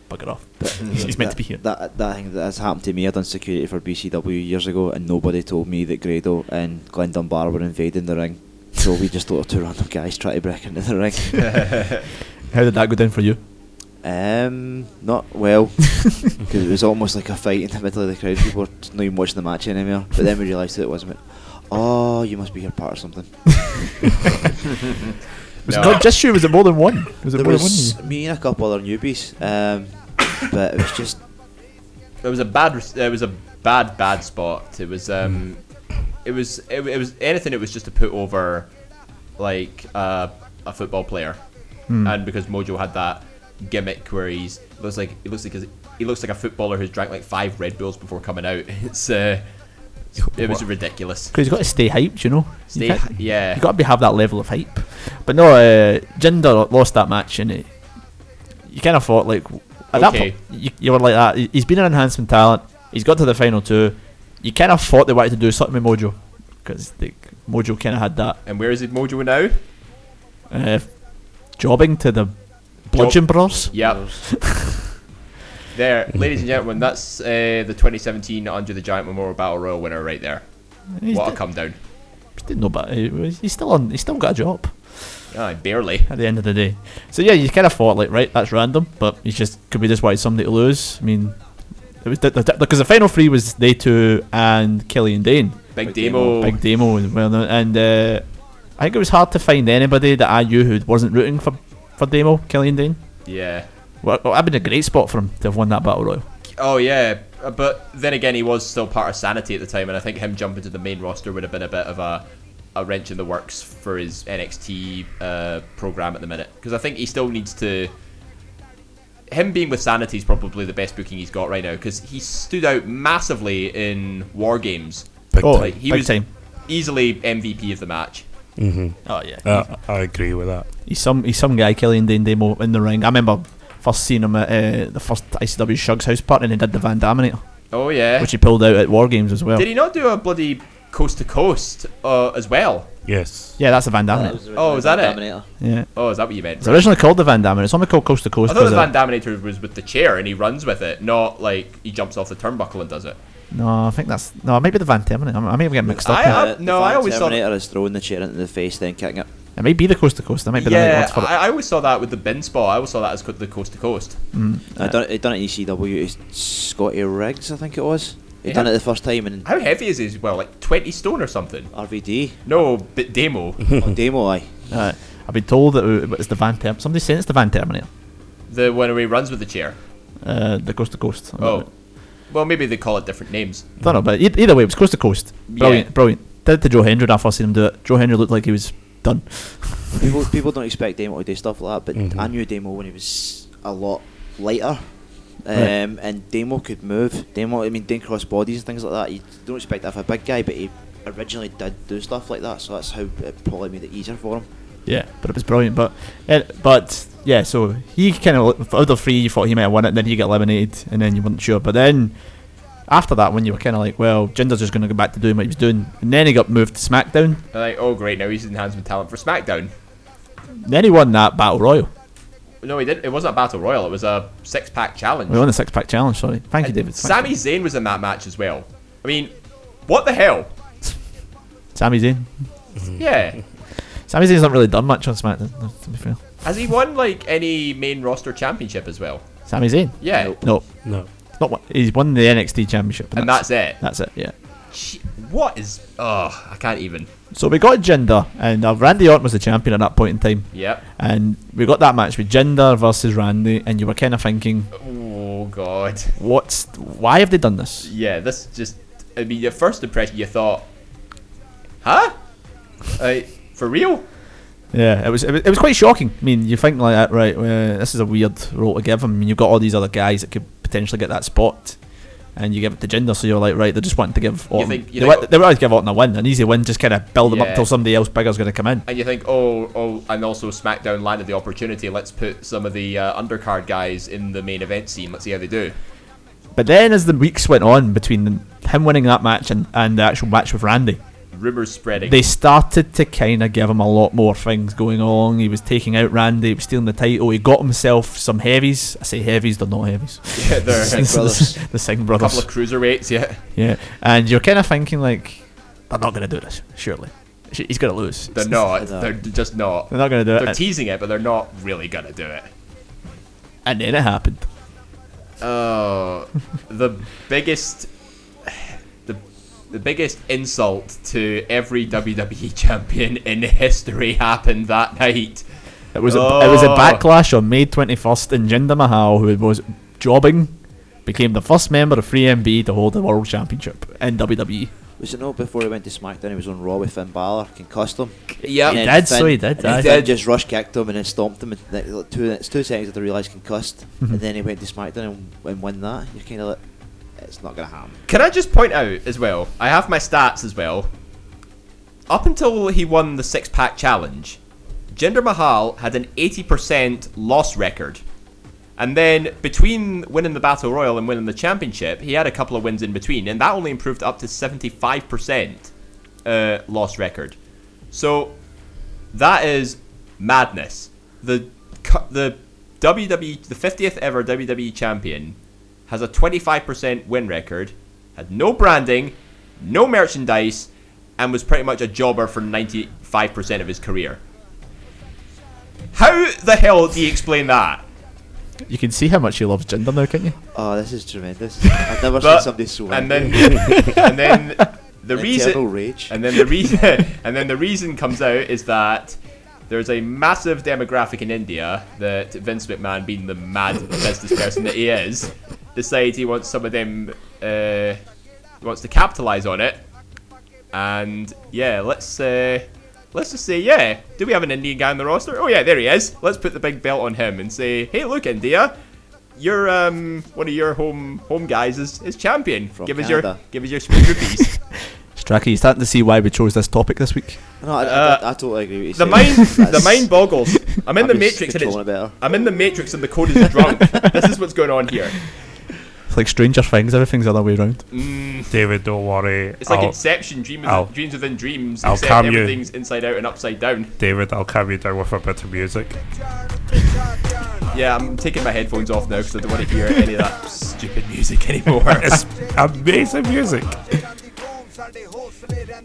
[SPEAKER 2] bugger off. He's meant to be here.
[SPEAKER 5] That, that thing that's happened to me, I done security for BCW years ago, and nobody told me that Grado and Glenn Dunbar were invading the ring. So we just thought two random guys try to break into the ring.
[SPEAKER 2] How did that go down for you?
[SPEAKER 5] um, not well, 'cause it was almost like a fight in the middle of the crowd. People were just not even watching the match anymore. But then we realised who it was. and went, Oh, you must be here part of something.
[SPEAKER 2] Was
[SPEAKER 3] No.
[SPEAKER 2] it not just you? Was it more than one? Was it
[SPEAKER 5] There
[SPEAKER 2] more than one? of
[SPEAKER 5] was
[SPEAKER 2] you?
[SPEAKER 5] me and a couple other newbies, um, but it was just
[SPEAKER 3] It was a bad. res- It was a bad, bad spot. It
[SPEAKER 2] Hmm.
[SPEAKER 3] was. Um, it was. It, w- it was anything. It was just to put over, like uh, a football player,
[SPEAKER 2] Hmm.
[SPEAKER 3] and because Mojo had that gimmick where he's looks like it looks like his- he looks like a footballer who's drank like five Red Bulls before coming out. It's. Uh, it was ridiculous.
[SPEAKER 2] 'Cause you've got to stay hyped, you know.
[SPEAKER 3] Stay,
[SPEAKER 2] you can't-
[SPEAKER 3] yeah.
[SPEAKER 2] you got to have that level of hype. But no, uh, Jinder lost that match, and it, you kind of thought like at that
[SPEAKER 3] Okay.
[SPEAKER 2] point you, you were like that. He- He's been an enhancement talent. He's got to the final two. You kind of thought they wanted to do something with Mojo because Mojo kind of had that
[SPEAKER 3] And where is it, Mojo now?
[SPEAKER 2] uh, jobbing to the Bludgeon Bros.
[SPEAKER 3] Yep. there, ladies and gentlemen, that's uh, the 2017 Under the Giant Memorial Battle Royal winner right there.
[SPEAKER 2] He's
[SPEAKER 3] what a
[SPEAKER 2] di-
[SPEAKER 3] come down.
[SPEAKER 2] didn't know, but he was- he's still on. He's still got a job
[SPEAKER 3] Ah, barely.
[SPEAKER 2] at the end of the day. So yeah, you kind of thought like, right, that's random, but he's just could be just wanted somebody to lose. I mean, it was because the, the final three was they two and Kelly and Dane.
[SPEAKER 3] Big, demo.
[SPEAKER 2] Big demo, and well known. And uh, I think it was hard to find anybody that I knew who wasn't rooting for for Demo Kelly and Dane.
[SPEAKER 3] Yeah.
[SPEAKER 2] Well, well, that'd been a great spot for him to have won that battle royal.
[SPEAKER 3] Oh yeah, Uh, but then again, he was still part of Sanity at the time, and I think him jumping to the main roster would have been a bit of a a wrench in the works for his NXT uh, program at the minute because I think he still needs to. Him being with Sanity is probably the best booking he's got right now because he stood out massively in War Games.
[SPEAKER 2] Oh,
[SPEAKER 3] Like, he
[SPEAKER 2] big
[SPEAKER 3] was
[SPEAKER 2] time.
[SPEAKER 3] easily MVP of the match.
[SPEAKER 2] Oh yeah.
[SPEAKER 4] Uh, I agree with that.
[SPEAKER 2] He's some he's some guy Kelly and Dane Demo in the ring. I remember first seeing him at uh, the first ICW Shug's house party and he did the Van Daminator,
[SPEAKER 3] Oh yeah.
[SPEAKER 2] which he pulled out at War Games as well.
[SPEAKER 3] Did he not do a bloody coast to coast uh, as well?
[SPEAKER 4] Yes.
[SPEAKER 2] Yeah, that's the Van
[SPEAKER 5] That
[SPEAKER 2] Daminator.
[SPEAKER 5] was
[SPEAKER 3] Oh, is that it?
[SPEAKER 5] Dominator.
[SPEAKER 2] yeah.
[SPEAKER 3] Oh, is that what you meant?
[SPEAKER 2] It's originally called the Van Daminator. It's only called Coast to Coast.
[SPEAKER 3] I thought
[SPEAKER 2] 'cause
[SPEAKER 3] the
[SPEAKER 2] it-
[SPEAKER 3] Van Daminator was with the chair and he runs with it, not like he jumps off the turnbuckle and does it.
[SPEAKER 2] No, I think that's no. It might be the Van Terminator. I may be getting mixed up.
[SPEAKER 3] I-
[SPEAKER 2] here.
[SPEAKER 3] Uh,
[SPEAKER 5] Uh, the
[SPEAKER 3] no, I
[SPEAKER 5] Van
[SPEAKER 3] always thought-
[SPEAKER 5] Terminator is throwing the chair into the face, then kicking it.
[SPEAKER 2] It might be the Coast to Coast. That might be
[SPEAKER 3] yeah,
[SPEAKER 2] the right words for it.
[SPEAKER 3] I, I always saw that with the bin spot. I always saw that as co- the coast to coast.
[SPEAKER 5] I Uh, done it. He done it in ECW. It's Scotty Riggs, I think it was. He
[SPEAKER 3] Yeah.
[SPEAKER 5] done it the first time in
[SPEAKER 3] How heavy is he as well? Like 20 stone or something?
[SPEAKER 5] RVD.
[SPEAKER 3] No, but demo.
[SPEAKER 5] on demo, aye.
[SPEAKER 2] Uh, I've been told that it- it's the Van Term. Somebody saying it's the Van Terminator.
[SPEAKER 3] the one where he runs with the chair.
[SPEAKER 2] Uh, the Coast to Coast.
[SPEAKER 3] Oh. Well, maybe they call it different names.
[SPEAKER 2] don't know, but e- either way, it was Coast to Coast. Brilliant,
[SPEAKER 3] Yeah.
[SPEAKER 2] brilliant. Did it to Joe Hendry when I first seen him do it. Joe Hendry looked like he was done.
[SPEAKER 5] People people don't expect Demo to do stuff like that, but I knew Demo when he was a lot lighter. Um,
[SPEAKER 2] Right.
[SPEAKER 5] And Demo could move. Demo, I mean, Dane cross bodies and things like that. You don't expect that for a big guy, but he originally did do stuff like that, so that's how it probably made it easier for him.
[SPEAKER 2] Yeah, but it was brilliant. But it, but yeah, so he kind of out of three, you thought he might have won it, and then he got eliminated, and then you weren't sure. But then after that, when you were kind of like, well, Jinder's just going to go back to doing what he was doing, and then he got moved to SmackDown.
[SPEAKER 3] And like, oh, great, now he's enhancement talent for SmackDown.
[SPEAKER 2] Then he won that Battle Royal.
[SPEAKER 3] No, he didn't. It wasn't a battle royal, it was a six pack challenge.
[SPEAKER 2] We won the six pack challenge. Sorry, thank you,
[SPEAKER 3] And
[SPEAKER 2] David. Thank
[SPEAKER 3] Sami
[SPEAKER 2] you.
[SPEAKER 3] Zayn was in that match as well. I mean, what the hell?
[SPEAKER 2] Sami Zayn.
[SPEAKER 3] Yeah.
[SPEAKER 2] Sami Zayn's not really done much on SmackDown. To be fair,
[SPEAKER 3] Has he won like any main roster championship as well?
[SPEAKER 2] Sami Zayn.
[SPEAKER 3] Yeah.
[SPEAKER 2] No,
[SPEAKER 4] No.
[SPEAKER 2] not one. He's won the NXT Championship,
[SPEAKER 3] And that's it.
[SPEAKER 2] That's it. Yeah.
[SPEAKER 3] Gee, What is? Oh, I can't even.
[SPEAKER 2] So we got Jinder, and uh, Randy Orton was the champion at that point in time.
[SPEAKER 3] Yep.
[SPEAKER 2] And we got that match with Jinder versus Randy, and you were kind of thinking,
[SPEAKER 3] Oh God.
[SPEAKER 2] what's, why have they done this?
[SPEAKER 3] Yeah, this just. I mean, your first impression, you thought, huh? Uh, for real?
[SPEAKER 2] Yeah, it was, it was it was quite shocking. I mean, you think like that, right? Uh, this is a weird role to give him. I mean, you've got all these other guys that could potentially get that spot, and you give it to Jinder, so you're like, right, they just wanting to give Orton.
[SPEAKER 3] think- you
[SPEAKER 2] they,
[SPEAKER 3] think-
[SPEAKER 2] wa- they were always give Orton a win, an easy win, just kind of build them
[SPEAKER 3] Yeah.
[SPEAKER 2] up till somebody else bigger's going to come in.
[SPEAKER 3] And you think, oh, oh, and also SmackDown landed the opportunity. Let's put some of the uh, undercard guys in the main event scene. Let's see how they do.
[SPEAKER 2] But then, as the weeks went on between him winning that match and, and the actual match with Randy,
[SPEAKER 3] Rumors spreading.
[SPEAKER 2] they started to kind of give him a lot more things going along. He was taking out Randy, he was stealing the title. He got himself some heavies. I say heavies, they're not heavies.
[SPEAKER 3] yeah, they're
[SPEAKER 2] the
[SPEAKER 3] a
[SPEAKER 5] Brothers.
[SPEAKER 2] the Singh
[SPEAKER 3] couple
[SPEAKER 2] brothers.
[SPEAKER 3] of cruiserweights. Yeah,
[SPEAKER 2] Yeah, and you're kind of thinking like, they're not gonna do this. Surely, Sh- he's gonna lose.
[SPEAKER 3] they're not.
[SPEAKER 5] No.
[SPEAKER 3] They're just not.
[SPEAKER 2] They're not gonna do
[SPEAKER 3] They're
[SPEAKER 2] it.
[SPEAKER 3] teasing it, but they're not really gonna do it.
[SPEAKER 2] and then it happened.
[SPEAKER 3] Oh, the biggest, the the biggest insult to every WWE champion in history happened that night.
[SPEAKER 2] It was a, it was a
[SPEAKER 3] Oh.
[SPEAKER 2] backlash on May 21st, and Jinder Mahal, who was jobbing, became the first member of 3MB to hold the world championship in E. WWE.
[SPEAKER 5] Was it not before he went to SmackDown? He was on Raw with Finn Balor, concussed him.
[SPEAKER 3] Yep.
[SPEAKER 5] And then
[SPEAKER 2] did, so
[SPEAKER 5] Finn-
[SPEAKER 2] he did,
[SPEAKER 5] And then
[SPEAKER 2] aye.
[SPEAKER 5] Finn
[SPEAKER 3] Did.
[SPEAKER 5] just rush kicked him and then stomped him. And th- like, two, it's two seconds after he realised concussed, and then he went to SmackDown and, and won that. You're kind of like, it's not going to happen.
[SPEAKER 3] Can I just point out as well? I have my stats as well. Up until he won the six pack challenge, Jinder Mahal had an 80% loss record. And then between winning the Battle Royal and winning the championship, he had a couple of wins in between, and that only improved up to 75% uh, loss record. So that is madness. The cu- the WWE the 50th ever WWE champion has a 25% win record, had no branding, no merchandise, and was pretty much a jobber for 95% of his career. How the hell do you explain that?
[SPEAKER 2] You can see how much he loves Jinder now, can't you?
[SPEAKER 5] Oh, this is tremendous. I've never
[SPEAKER 3] But-
[SPEAKER 5] seen somebody so
[SPEAKER 3] and
[SPEAKER 5] angry.
[SPEAKER 3] then and then the
[SPEAKER 5] Internal
[SPEAKER 3] reason
[SPEAKER 5] rage.
[SPEAKER 3] and then the reason and then the reason comes out is that there's a massive demographic in India that Vince McMahon, being the mad business person that he is, decides he wants some of them. Uh, he wants to capitalize on it, and yeah, let's uh, let's just say yeah. Do we have an Indian guy on the roster? Oh yeah, there he is. Let's put the big belt on him and say, hey, look, India. Your um, one of your home home guys is, is champion.
[SPEAKER 5] From
[SPEAKER 3] give us your
[SPEAKER 5] Canada.
[SPEAKER 3] give us your sweet rupees.
[SPEAKER 2] Strachey, you starting to see why we chose this topic this week?
[SPEAKER 5] No, I, I-
[SPEAKER 3] Uh,
[SPEAKER 5] I, I totally agree with
[SPEAKER 3] The
[SPEAKER 5] you.
[SPEAKER 3] mind, the
[SPEAKER 5] That's-
[SPEAKER 3] mind boggles. I'm in
[SPEAKER 5] I'm
[SPEAKER 3] the
[SPEAKER 5] just
[SPEAKER 3] matrix and it's,
[SPEAKER 5] controlling it better.
[SPEAKER 3] I'm in the matrix and the code is drunk. this is what's going on here.
[SPEAKER 2] It's like Stranger Things, everything's the other way around.
[SPEAKER 4] David, don't worry.
[SPEAKER 3] It's like
[SPEAKER 4] I'll-
[SPEAKER 3] Inception, dream
[SPEAKER 4] I'll-
[SPEAKER 3] within, dreams within dreams,
[SPEAKER 4] Oh. I'll
[SPEAKER 3] except
[SPEAKER 4] calm you.
[SPEAKER 3] everything's inside out and upside down.
[SPEAKER 4] David, I'll calm you down with a bit of music.
[SPEAKER 3] Yeah, I'm taking my headphones off now because I don't want to hear any of that stupid music anymore.
[SPEAKER 4] It's amazing music.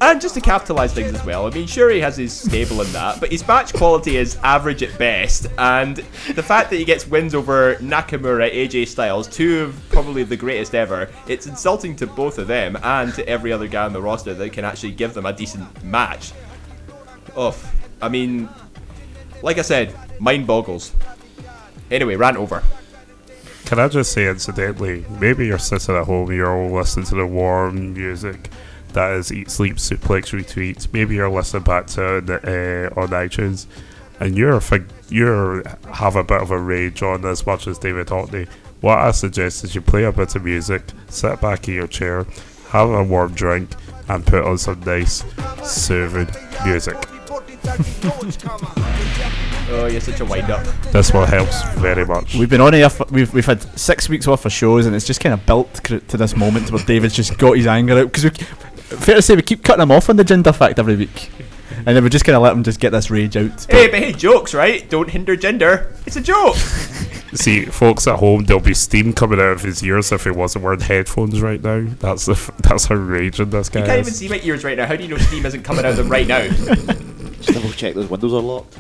[SPEAKER 3] and just to capitalise things as well, I mean, sure he has his stable in that, but his match quality is average at best, and the fact that he gets wins over Nakamura, AJ Styles, two of probably the greatest ever, it's insulting to both of them and to every other guy on the roster that can actually give them a decent match. Oof. I mean, like I said, mind boggles. Anyway, rant over.
[SPEAKER 4] Can I just say, incidentally, maybe you're sitting at home, you're all listening to the warm music that is Eat, Sleep, Suplex, Retweet. Maybe you're listening back to it uh, on iTunes and you're think you have a bit of a rage on as much as David Hockney. What I suggest is you play a bit of music, sit back in your chair, have a warm drink, and put on some nice, soothing music.
[SPEAKER 3] Oh, you're such a wind up.
[SPEAKER 4] This one helps very much.
[SPEAKER 2] We've been on here, for, we've, we've had six weeks worth of shows, and it's just kind of built cr- to this moment where David's just got his anger out. Because fair to say, we keep cutting him off on the gender fact every week. And then we just kind of let him just get this rage out.
[SPEAKER 3] Hey, but hey, jokes, right? Don't hinder gender. It's a joke.
[SPEAKER 4] See, folks at home, there'll be steam coming out of his ears if he wasn't wearing headphones right now. That's the f- that's how raging this guy
[SPEAKER 3] You can't
[SPEAKER 4] is.
[SPEAKER 3] even see my ears right now. How do you know steam isn't coming out of them right now?
[SPEAKER 5] Just double check those windows are locked.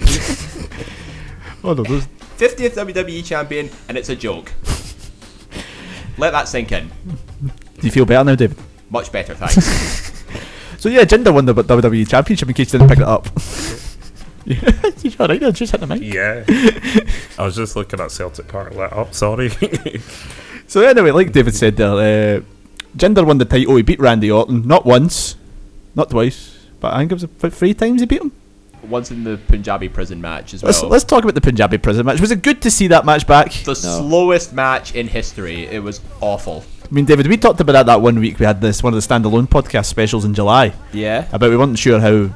[SPEAKER 3] 50th WWE E champion, and it's a joke. Let that sink in.
[SPEAKER 2] Do you feel better now, David?
[SPEAKER 3] Much better, thanks.
[SPEAKER 2] So yeah, Jinder won the WWE Championship in case you didn't pick it up. you alright there? Just hit the mic.
[SPEAKER 4] Yeah, I was just looking at Celtic Park lit up. Sorry,
[SPEAKER 2] So anyway, like David said there, uh, Jinder won the title. Oh, He beat Randy Orton not once, not twice, but I think it was about three times he beat him.
[SPEAKER 3] Once in the Punjabi prison match as well.
[SPEAKER 2] Let's, let's talk about the Punjabi prison match. Was it good to see that match back?
[SPEAKER 3] the slowest match in history. It was awful.
[SPEAKER 2] I mean, David, we talked about that that one week. We had this one of the standalone podcast specials in July
[SPEAKER 3] Yeah.
[SPEAKER 2] about we weren't sure how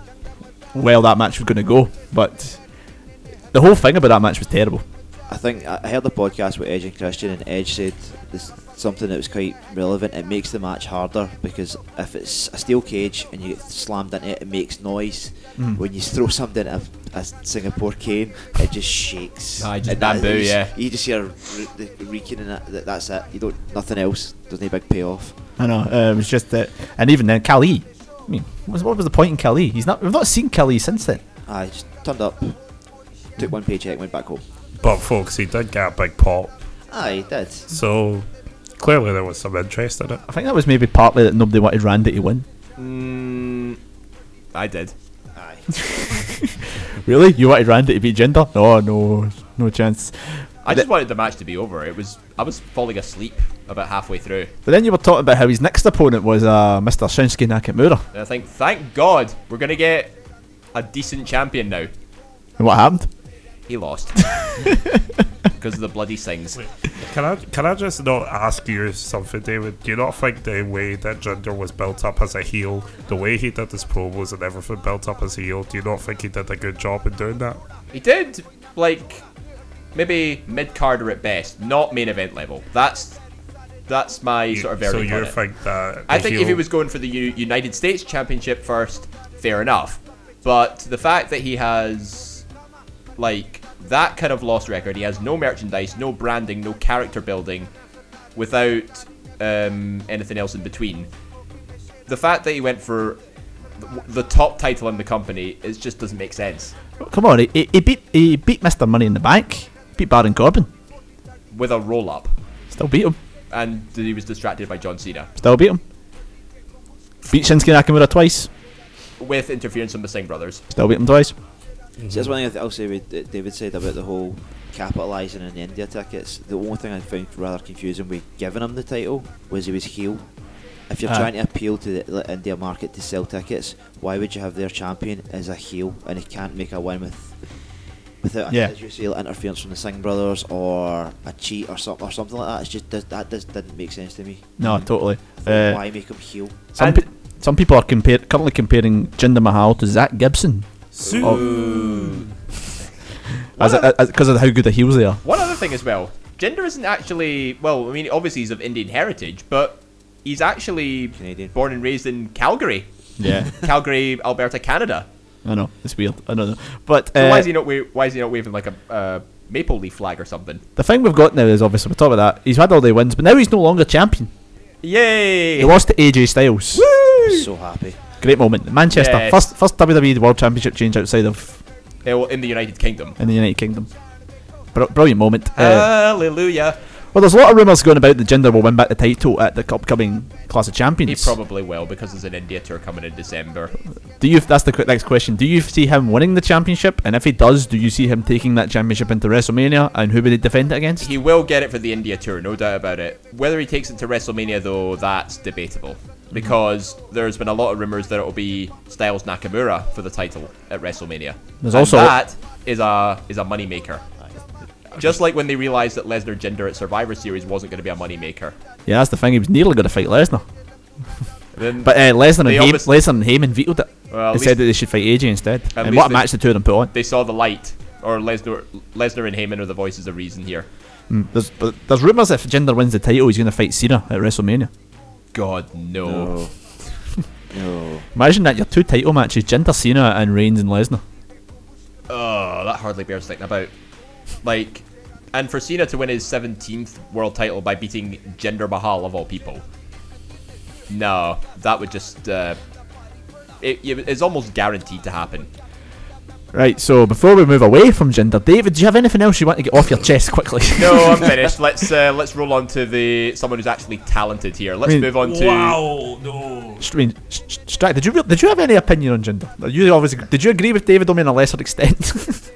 [SPEAKER 2] well that match was going to go, but the whole thing about that match was terrible.
[SPEAKER 5] I think I I heard the podcast with Edge and Christian, and Edge said this, something that was quite relevant. It makes the match harder because if it's a steel cage and you get slammed into it, it makes noise.
[SPEAKER 3] Hmm.
[SPEAKER 5] When you throw something into a, a Singapore cane, it just shakes.
[SPEAKER 3] Aye, just
[SPEAKER 5] And that-
[SPEAKER 3] bamboo,
[SPEAKER 5] you just-
[SPEAKER 3] yeah.
[SPEAKER 5] You just hear re- the reeking, and that, that- that's it. You don't nothing else. There's no big payoff.
[SPEAKER 2] I know. Uh, it was just that, and even then, Kali. I mean, what was, what was the point in Kali? He's not. We've not seen Kali since then.
[SPEAKER 5] I just turned up,
[SPEAKER 3] Hmm.
[SPEAKER 5] took one paycheck, went back home.
[SPEAKER 4] but folks, he did get a big pop,
[SPEAKER 5] Aye, did.
[SPEAKER 4] so clearly there was some interest in it.
[SPEAKER 2] I think that was maybe partly that nobody wanted Randy to win.
[SPEAKER 3] Mm, I did.
[SPEAKER 5] Aye.
[SPEAKER 2] Really? You wanted Randy to beat Jinder? No, no, no chance.
[SPEAKER 3] I just
[SPEAKER 2] Th-
[SPEAKER 3] wanted the match to be over. It was. I was falling asleep about halfway through.
[SPEAKER 2] But then you were talking about how his next opponent was uh, Mr. Shinsuke Nakamura,
[SPEAKER 3] And I think, thank God, we're gonna get a decent champion now.
[SPEAKER 2] and what happened?
[SPEAKER 3] He lost because of the bloody things.
[SPEAKER 4] Can I can I just not ask you something, David? Do you not think the way that Jinder was built up as a heel, the way he did his promos and everything built up as a heel, do you not think he did a good job in doing that?
[SPEAKER 3] He did like maybe mid carder at best, not main event level. That's that's my sort of
[SPEAKER 4] so
[SPEAKER 3] verdict. on
[SPEAKER 4] you
[SPEAKER 3] it.
[SPEAKER 4] think that
[SPEAKER 3] I
[SPEAKER 4] the
[SPEAKER 3] think if
[SPEAKER 4] heel-
[SPEAKER 3] he was going for the U- United States Championship first, fair enough. But the fact that he has like that kind of loss record, he has no merchandise, no branding, no character building, without um, anything else in between. The fact that he went for the- the top title in the company, it just doesn't make sense.
[SPEAKER 2] Come on, he, he beat he beat Mr. Money in the Bank, beat Baron Corbin,
[SPEAKER 3] With a roll up.
[SPEAKER 2] still beat him,
[SPEAKER 3] and that he was distracted by John Cena.
[SPEAKER 2] still beat him. Beat Shinsuke Nakamura twice.
[SPEAKER 3] with interference from the Singh brothers.
[SPEAKER 2] Still beat him twice.
[SPEAKER 5] So that's one thing I th- I'll say with that David said about the whole capitalising on the India tickets. The only thing I found rather confusing with giving him the title was he was heel. If you're
[SPEAKER 2] Ah.
[SPEAKER 5] trying to appeal to the the India market to sell tickets, why would you have their champion as a heel and he can't make a win with without,
[SPEAKER 2] Yeah.
[SPEAKER 5] as you say, interference from the Singh brothers or a cheat or something or something like that? It's just that, that just didn't make sense to me.
[SPEAKER 2] No, totally. Uh,
[SPEAKER 5] why make him heel?
[SPEAKER 2] Some, pe- some people are compar- currently comparing Jinder Mahal to Zach Gibson. Because of how good the heels they are.
[SPEAKER 3] One other thing as well, Jinder isn't actually well. I mean, obviously he's of Indian heritage, but he's actually
[SPEAKER 5] Canadian.
[SPEAKER 3] born and raised in Calgary,
[SPEAKER 2] Yeah.
[SPEAKER 3] Calgary, Alberta, Canada.
[SPEAKER 2] I know. It's weird. I don't know. But
[SPEAKER 3] So
[SPEAKER 2] uh,
[SPEAKER 3] why is he not? Wa- why is he not waving like a uh, maple leaf flag or something?
[SPEAKER 2] the thing we've got now is obviously, we talk about that. He's had all the wins, but now he's no longer champion.
[SPEAKER 3] Yay!
[SPEAKER 2] He lost to AJ Styles.
[SPEAKER 5] I'm so happy.
[SPEAKER 2] Great moment. Manchester.
[SPEAKER 3] Yes.
[SPEAKER 2] First, first WWE World Championship change outside of
[SPEAKER 3] Eh, well, in the United Kingdom.
[SPEAKER 2] in the United Kingdom. Br- brilliant moment. Uh,
[SPEAKER 3] Hallelujah.
[SPEAKER 2] Well, there's a lot of rumours going about that Jinder will win back the title at the upcoming Clash of
[SPEAKER 3] He
[SPEAKER 2] Champions.
[SPEAKER 3] probably will because there's an India tour coming in December.
[SPEAKER 2] do you? That's the qu- next question. Do you see him winning the championship? And if he does, do you see him taking that championship into WrestleMania? And who would he defend it against?
[SPEAKER 3] He will get it for the India tour, no doubt about it. Whether he takes it to WrestleMania, though, that's debatable. Because there's been a lot of rumours that it'll be Styles Nakamura for the title at WrestleMania.
[SPEAKER 2] There's
[SPEAKER 3] And
[SPEAKER 2] also-
[SPEAKER 3] that is a is a moneymaker. Just like when they realised that Lesnar Jinder at Survivor Series wasn't going to be a moneymaker.
[SPEAKER 2] yeah, that's the thing. He was nearly going to fight Lesnar,
[SPEAKER 3] Then
[SPEAKER 2] but uh, Lesnar and
[SPEAKER 3] They
[SPEAKER 2] Heyman,
[SPEAKER 3] obviously-
[SPEAKER 2] Lesnar and Heyman vetoed it.
[SPEAKER 3] Well,
[SPEAKER 2] they
[SPEAKER 3] at
[SPEAKER 2] said
[SPEAKER 3] least-
[SPEAKER 2] that they should fight AJ instead.
[SPEAKER 3] at
[SPEAKER 2] And
[SPEAKER 3] least
[SPEAKER 2] what a
[SPEAKER 3] they-
[SPEAKER 2] match the two of them put on.
[SPEAKER 3] they saw the light, or Lesnar Lesnar and Heyman are the voices of reason here.
[SPEAKER 2] There's, but there's rumours if Jinder wins the title, he's going to fight Cena at WrestleMania.
[SPEAKER 3] God no.
[SPEAKER 5] No. no.
[SPEAKER 2] Imagine that your two title matches: Jinder Cena and Reigns and Lesnar.
[SPEAKER 3] Oh, that hardly bears thinking about. Like, and for Cena to win his 17th world title by beating Jinder Mahal of all people. No, that would just. Uh, it, it's almost guaranteed to happen.
[SPEAKER 2] Right. So before we move away from Jinder, David, do you have anything else you want to get off your chest quickly?
[SPEAKER 3] No, I'm finished. Let's uh, let's roll on to the someone who's actually talented here. Let's
[SPEAKER 2] mean-
[SPEAKER 3] move on to.
[SPEAKER 9] Wow, no.
[SPEAKER 2] I mean, S- S- Strack, did you re- did you have any opinion on gender? You obviously did you agree with David on a lesser extent?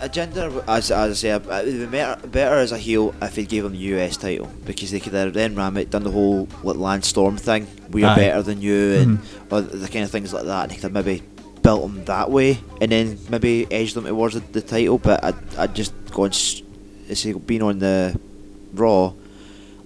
[SPEAKER 5] A gender, as, as I say, it would be better, better as a heel if they gave him the US title because they could have then ram it, done the whole like, Landstorm thing, we are
[SPEAKER 2] Aye.
[SPEAKER 5] better than you, and or the kind of things like that. And they could have maybe built them that way and then maybe edged them towards the, the title. But I, I just gone, s- say, being on the Raw,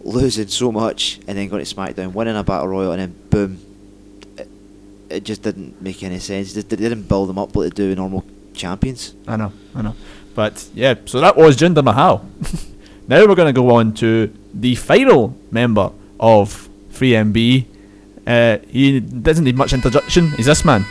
[SPEAKER 5] losing so much, and then going to SmackDown, winning a Battle Royal, and then boom, it just didn't make any sense. They, they didn't build them up like they do with normal champions.
[SPEAKER 2] I know, I know, but yeah. So that was Jinder Mahal. now we're going to go on to the final member of 3MB. Uh, he doesn't need much introduction. He's this man.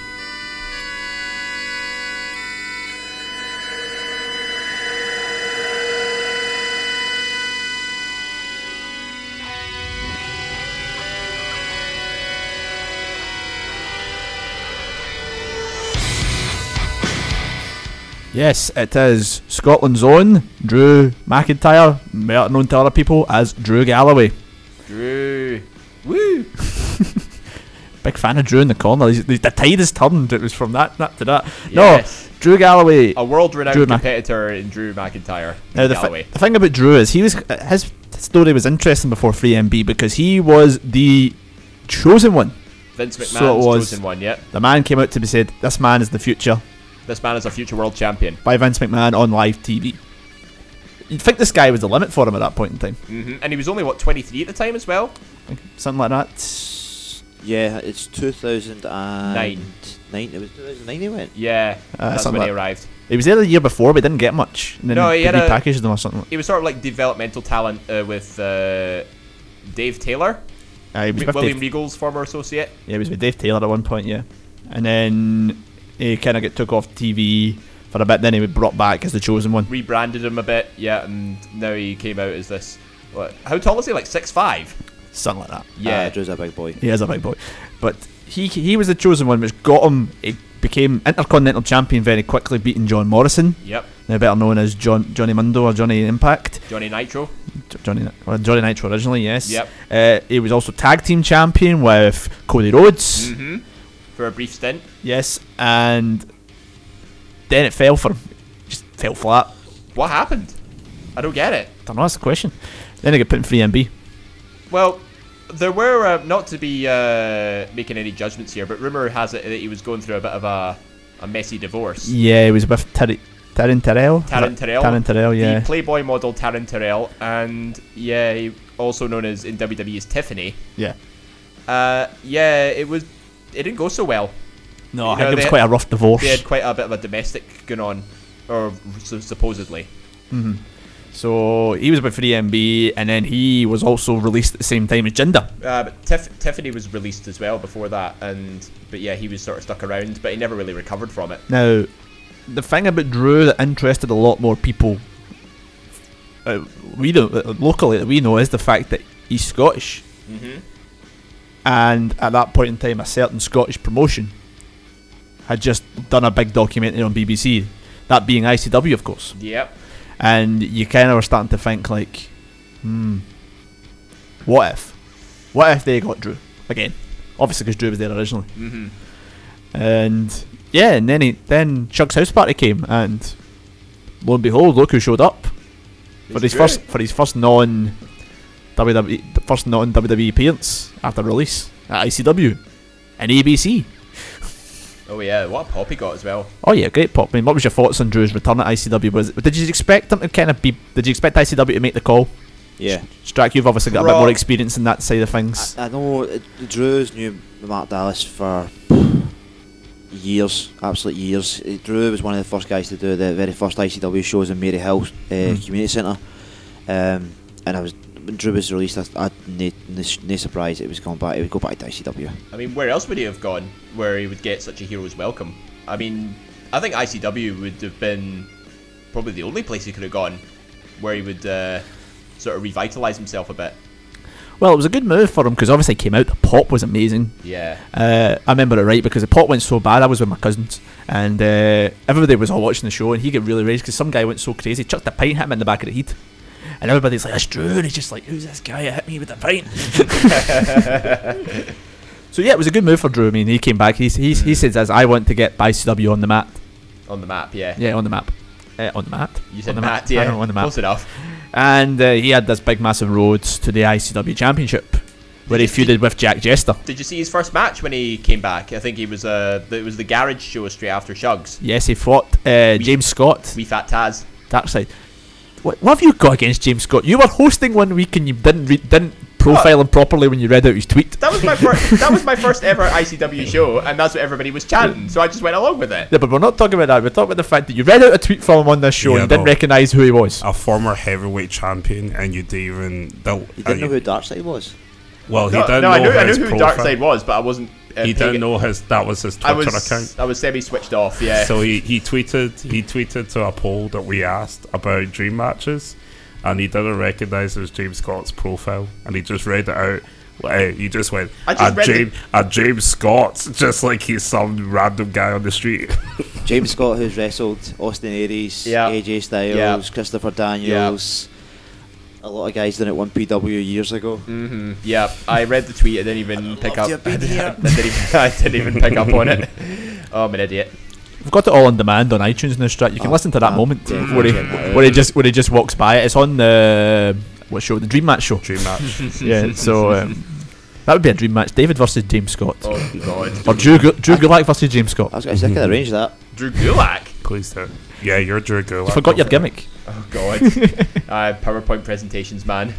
[SPEAKER 2] Yes, it is Scotland's own Drew McIntyre, better known to other people as Drew Galloway.
[SPEAKER 3] Drew. Woo!
[SPEAKER 2] Big fan of Drew in the corner. He's, the tide has turned. It was from that, that to that.
[SPEAKER 3] Yes.
[SPEAKER 2] No, Drew Galloway.
[SPEAKER 3] A world
[SPEAKER 2] Drew
[SPEAKER 3] renowned
[SPEAKER 2] Mc-
[SPEAKER 3] competitor in Drew McIntyre.
[SPEAKER 2] Now the,
[SPEAKER 3] Galloway.
[SPEAKER 2] th- the thing about Drew is he was his story was interesting before 3MB because he was the chosen one.
[SPEAKER 3] Vince McMahon's
[SPEAKER 2] so it was-
[SPEAKER 3] chosen one, yeah.
[SPEAKER 2] The man came out to be said, "This man is the future."
[SPEAKER 3] This man is a future world champion.
[SPEAKER 2] by Vince McMahon on live TV. You'd think this guy was the limit for him at that point in time,
[SPEAKER 3] hmm And he was only, what, 23 at the time as well?
[SPEAKER 2] something like that.
[SPEAKER 5] Yeah, it's 2009.
[SPEAKER 3] Nine.
[SPEAKER 5] It was 2009 they went.
[SPEAKER 3] Yeah, that's
[SPEAKER 2] something
[SPEAKER 3] when he
[SPEAKER 2] Uh, like-
[SPEAKER 3] arrived.
[SPEAKER 2] He was there the year before, but didn't get much. And then
[SPEAKER 3] No, he
[SPEAKER 2] they
[SPEAKER 3] had a-
[SPEAKER 2] repackaged him or something.
[SPEAKER 3] He was sort of like developmental talent uh, with uh, Dave Taylor,
[SPEAKER 2] Uh, he was
[SPEAKER 3] Re-
[SPEAKER 2] with
[SPEAKER 3] William
[SPEAKER 2] Dave,
[SPEAKER 3] Regal's former associate.
[SPEAKER 2] yeah, he was with Dave Taylor at one point, yeah. And then he kind of got took off TV for a bit. Then he was brought back as the chosen one.
[SPEAKER 3] Rebranded him a bit, yeah, and now he came out as this. What, how tall is he? Like six five.
[SPEAKER 2] Something like that.
[SPEAKER 5] Uh,
[SPEAKER 3] Yeah,
[SPEAKER 5] Drew's a big boy.
[SPEAKER 2] He is a big boy, but he he was the chosen one, which got him. He became intercontinental champion very quickly, beating John Morrison,
[SPEAKER 3] yep.
[SPEAKER 2] now better known as John Johnny Mundo or Johnny Impact.
[SPEAKER 3] Johnny Nitro.
[SPEAKER 2] Johnny, Ni- well, Johnny Nitro originally, yes.
[SPEAKER 3] Yep.
[SPEAKER 2] Uh, he was also tag team champion with Cody Rhodes,
[SPEAKER 3] Mm-hmm. for a brief stint.
[SPEAKER 2] yes, and then it fell for him. Just fell flat.
[SPEAKER 3] What happened? I don't get it.
[SPEAKER 2] Don't know, that's the question. Then he got put in 3MB.
[SPEAKER 3] Well, there were uh, not to be uh, making any judgments here, but rumor has it that he was going through a bit of a, a messy divorce.
[SPEAKER 2] Yeah, he was with Tar- Taryn Terrell.
[SPEAKER 3] Taryn Terrell,
[SPEAKER 2] Taryn Terrell, yeah.
[SPEAKER 3] the Playboy model Taryn Terrell, and yeah, he- also known as in WWE as Tiffany.
[SPEAKER 2] yeah.
[SPEAKER 3] Uh, yeah, it was. It didn't go so well.
[SPEAKER 2] No,
[SPEAKER 3] You
[SPEAKER 2] I think
[SPEAKER 3] know,
[SPEAKER 2] it was
[SPEAKER 3] they-
[SPEAKER 2] quite a rough divorce.
[SPEAKER 3] They had quite a bit of a domestic going on, or so supposedly.
[SPEAKER 2] So he was about 3MB, and then he was also released at the same time as Jinder.
[SPEAKER 3] Uh, but Tiff- Tiffany was released as well before that, and but yeah, he was sort of stuck around, but he never really recovered from it.
[SPEAKER 2] Now, the thing about Drew that interested a lot more people, uh, we don't uh, locally that we know, is the fact that he's Scottish. And at that point in time, a certain Scottish promotion had just done a big documentary on BBC, that being ICW, of course.
[SPEAKER 3] Yep.
[SPEAKER 2] and you kind of are starting to think like, hmm, what if, what if they got Drew again? Obviously, because Drew was there originally. Mm-hmm. And yeah, and then he, then Chuck's house party came, and lo and behold, look who showed up for
[SPEAKER 3] It's
[SPEAKER 2] his
[SPEAKER 3] Drew.
[SPEAKER 2] first for his first non WWE first non WWE appearance after release at ICW and ABC.
[SPEAKER 3] Oh yeah, what a pop he got as well.
[SPEAKER 2] Oh yeah, great pop. I mean, what was your thoughts on Drew's return at ICW? Was did you expect him to kind of be? Did you expect ICW to make the call?
[SPEAKER 5] Yeah.
[SPEAKER 2] Strack, you've obviously got a bit
[SPEAKER 3] Rob.
[SPEAKER 2] more experience in that side of things.
[SPEAKER 5] I, I know uh, Drew's knew Mark Dallas for years, absolute years. Uh, Drew was one of the first guys to do the very first ICW shows in Maryhill uh,
[SPEAKER 3] Hmm.
[SPEAKER 5] Community Centre, um, and I was when Drew was released. I, I no, no, no surprise it was going back. It would go back to ICW.
[SPEAKER 3] I mean, where else would he have gone where he would get such a hero's welcome? I mean, I think ICW would have been probably the only place he could have gone where he would uh, sort of revitalize himself a bit.
[SPEAKER 2] well, it was a good move for him because obviously he came out. The pop was amazing.
[SPEAKER 3] Yeah.
[SPEAKER 2] Uh, I remember it right because the pop went so bad. I was with my cousins and uh, everybody was all watching the show and he got really raised because some guy went so crazy, chucked a pint, hit him in the back of the head. And everybody's like, that's Drew. And he's just like, who's this guy that hit me with a pint? so yeah, it was a good move for Drew. I mean, he came back. He's, he's, He says, as I want to get ICW on the mat.
[SPEAKER 3] On the map, yeah.
[SPEAKER 2] Yeah, on the map. Uh, on the mat.
[SPEAKER 3] You
[SPEAKER 2] on
[SPEAKER 3] said
[SPEAKER 2] the
[SPEAKER 3] Matt,
[SPEAKER 2] I
[SPEAKER 3] yeah.
[SPEAKER 2] don't know, on the map.
[SPEAKER 3] Close enough.
[SPEAKER 2] And uh, he had this big massive road to the ICW Championship, where he feuded with Jack Jester.
[SPEAKER 3] Did you see his first match when he came back? I think he was uh, it was the garage show straight after Shugs.
[SPEAKER 2] Yes, he fought uh, James Scott,
[SPEAKER 3] We Fat Taz.
[SPEAKER 2] Dark Side. What, what have you got against James Scott? You were hosting one week and you didn't re- didn't profile him properly when you read out his tweet.
[SPEAKER 3] That was my first. that was my first ever ICW show, and that's what everybody was chanting. So I just went along with it.
[SPEAKER 2] Yeah, but we're not talking about that. We're talking about the fact that you read out a tweet from him on this show
[SPEAKER 4] Yeah, Oh.
[SPEAKER 2] and didn't
[SPEAKER 4] no.
[SPEAKER 2] recognise who he was.
[SPEAKER 4] A former heavyweight champion, and you didn't even. That,
[SPEAKER 5] You didn't know who Darkseid was.
[SPEAKER 4] well, he
[SPEAKER 3] No,
[SPEAKER 4] didn't
[SPEAKER 3] no,
[SPEAKER 4] know
[SPEAKER 3] I knew, I knew
[SPEAKER 4] his
[SPEAKER 3] who
[SPEAKER 4] profile.
[SPEAKER 3] Darkseid was, but I wasn't. Uh,
[SPEAKER 4] He
[SPEAKER 3] paying
[SPEAKER 4] didn't
[SPEAKER 3] it-
[SPEAKER 4] know his. That was his
[SPEAKER 3] I
[SPEAKER 4] Twitter account.
[SPEAKER 3] was I was semi switched off. Yeah.
[SPEAKER 4] So he, he tweeted he tweeted to a poll that we asked about dream matches, and he didn't recognise it was James Scott's profile, and he just read it out. Like, he just went,
[SPEAKER 3] I just read
[SPEAKER 4] "Ah,
[SPEAKER 3] the-
[SPEAKER 4] James, ah, James Scott's just like he's some random guy on the street.
[SPEAKER 5] James Scott, who's wrestled Austin Aries,
[SPEAKER 3] Yeah.
[SPEAKER 5] AJ Styles,
[SPEAKER 3] Yeah.
[SPEAKER 5] Christopher Daniels, a lot of guys done it one PW years ago.
[SPEAKER 3] yeah, I read the tweet. I didn't even pick up.
[SPEAKER 5] love to have
[SPEAKER 3] I
[SPEAKER 5] been
[SPEAKER 3] didn't,
[SPEAKER 5] here.
[SPEAKER 3] I didn't even, I didn't even pick up on it. Oh, I'm an idiot.
[SPEAKER 2] We've got it all on demand on iTunes now, Strat. You can
[SPEAKER 5] Oh,
[SPEAKER 2] listen to that
[SPEAKER 5] yeah,
[SPEAKER 2] moment
[SPEAKER 5] definitely
[SPEAKER 2] where he,
[SPEAKER 5] check that out.
[SPEAKER 2] where he just where he just walks by it. It's on the what show? The Dream Match show.
[SPEAKER 4] Dream match.
[SPEAKER 2] yeah, so um, that would be a dream match: David versus James Scott,
[SPEAKER 3] Oh God,
[SPEAKER 2] or Drew, Gu- Drew Gulak versus James Scott.
[SPEAKER 5] I was going to say, I could arrange that.
[SPEAKER 3] Drew Gulak.
[SPEAKER 4] Please do. Yeah, you're Drew Gulak.
[SPEAKER 2] You forgot your gimmick.
[SPEAKER 3] Oh God, uh, PowerPoint presentations, man.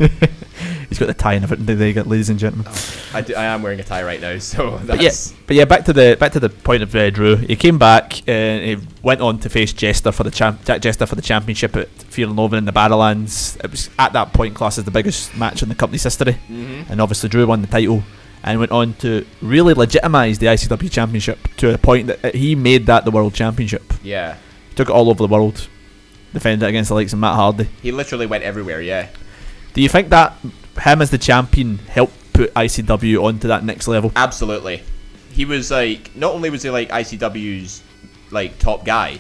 [SPEAKER 2] He's got the tie and everything. There you go, ladies and gentlemen.
[SPEAKER 3] I, do, I am wearing a tie right now, so
[SPEAKER 2] but yeah,
[SPEAKER 3] that's
[SPEAKER 2] but yeah, back to the back to the point of uh, Drew. He came back and he went on to face Jester for the champ, Jack Jester for the championship at Fear and Loathing in the Battlelands. It was at that point class as the biggest match in the company's history, and obviously Drew won the title and went on to really legitimise the ICW championship to a point that uh, he made that the world championship.
[SPEAKER 3] yeah.
[SPEAKER 2] took it all over the world, defended it against the likes of Matt Hardy.
[SPEAKER 3] He literally went everywhere. Yeah.
[SPEAKER 2] Do you think that him as the champion helped put ICW onto that next level?
[SPEAKER 3] Absolutely. He was like not only was he like ICW's like top guy,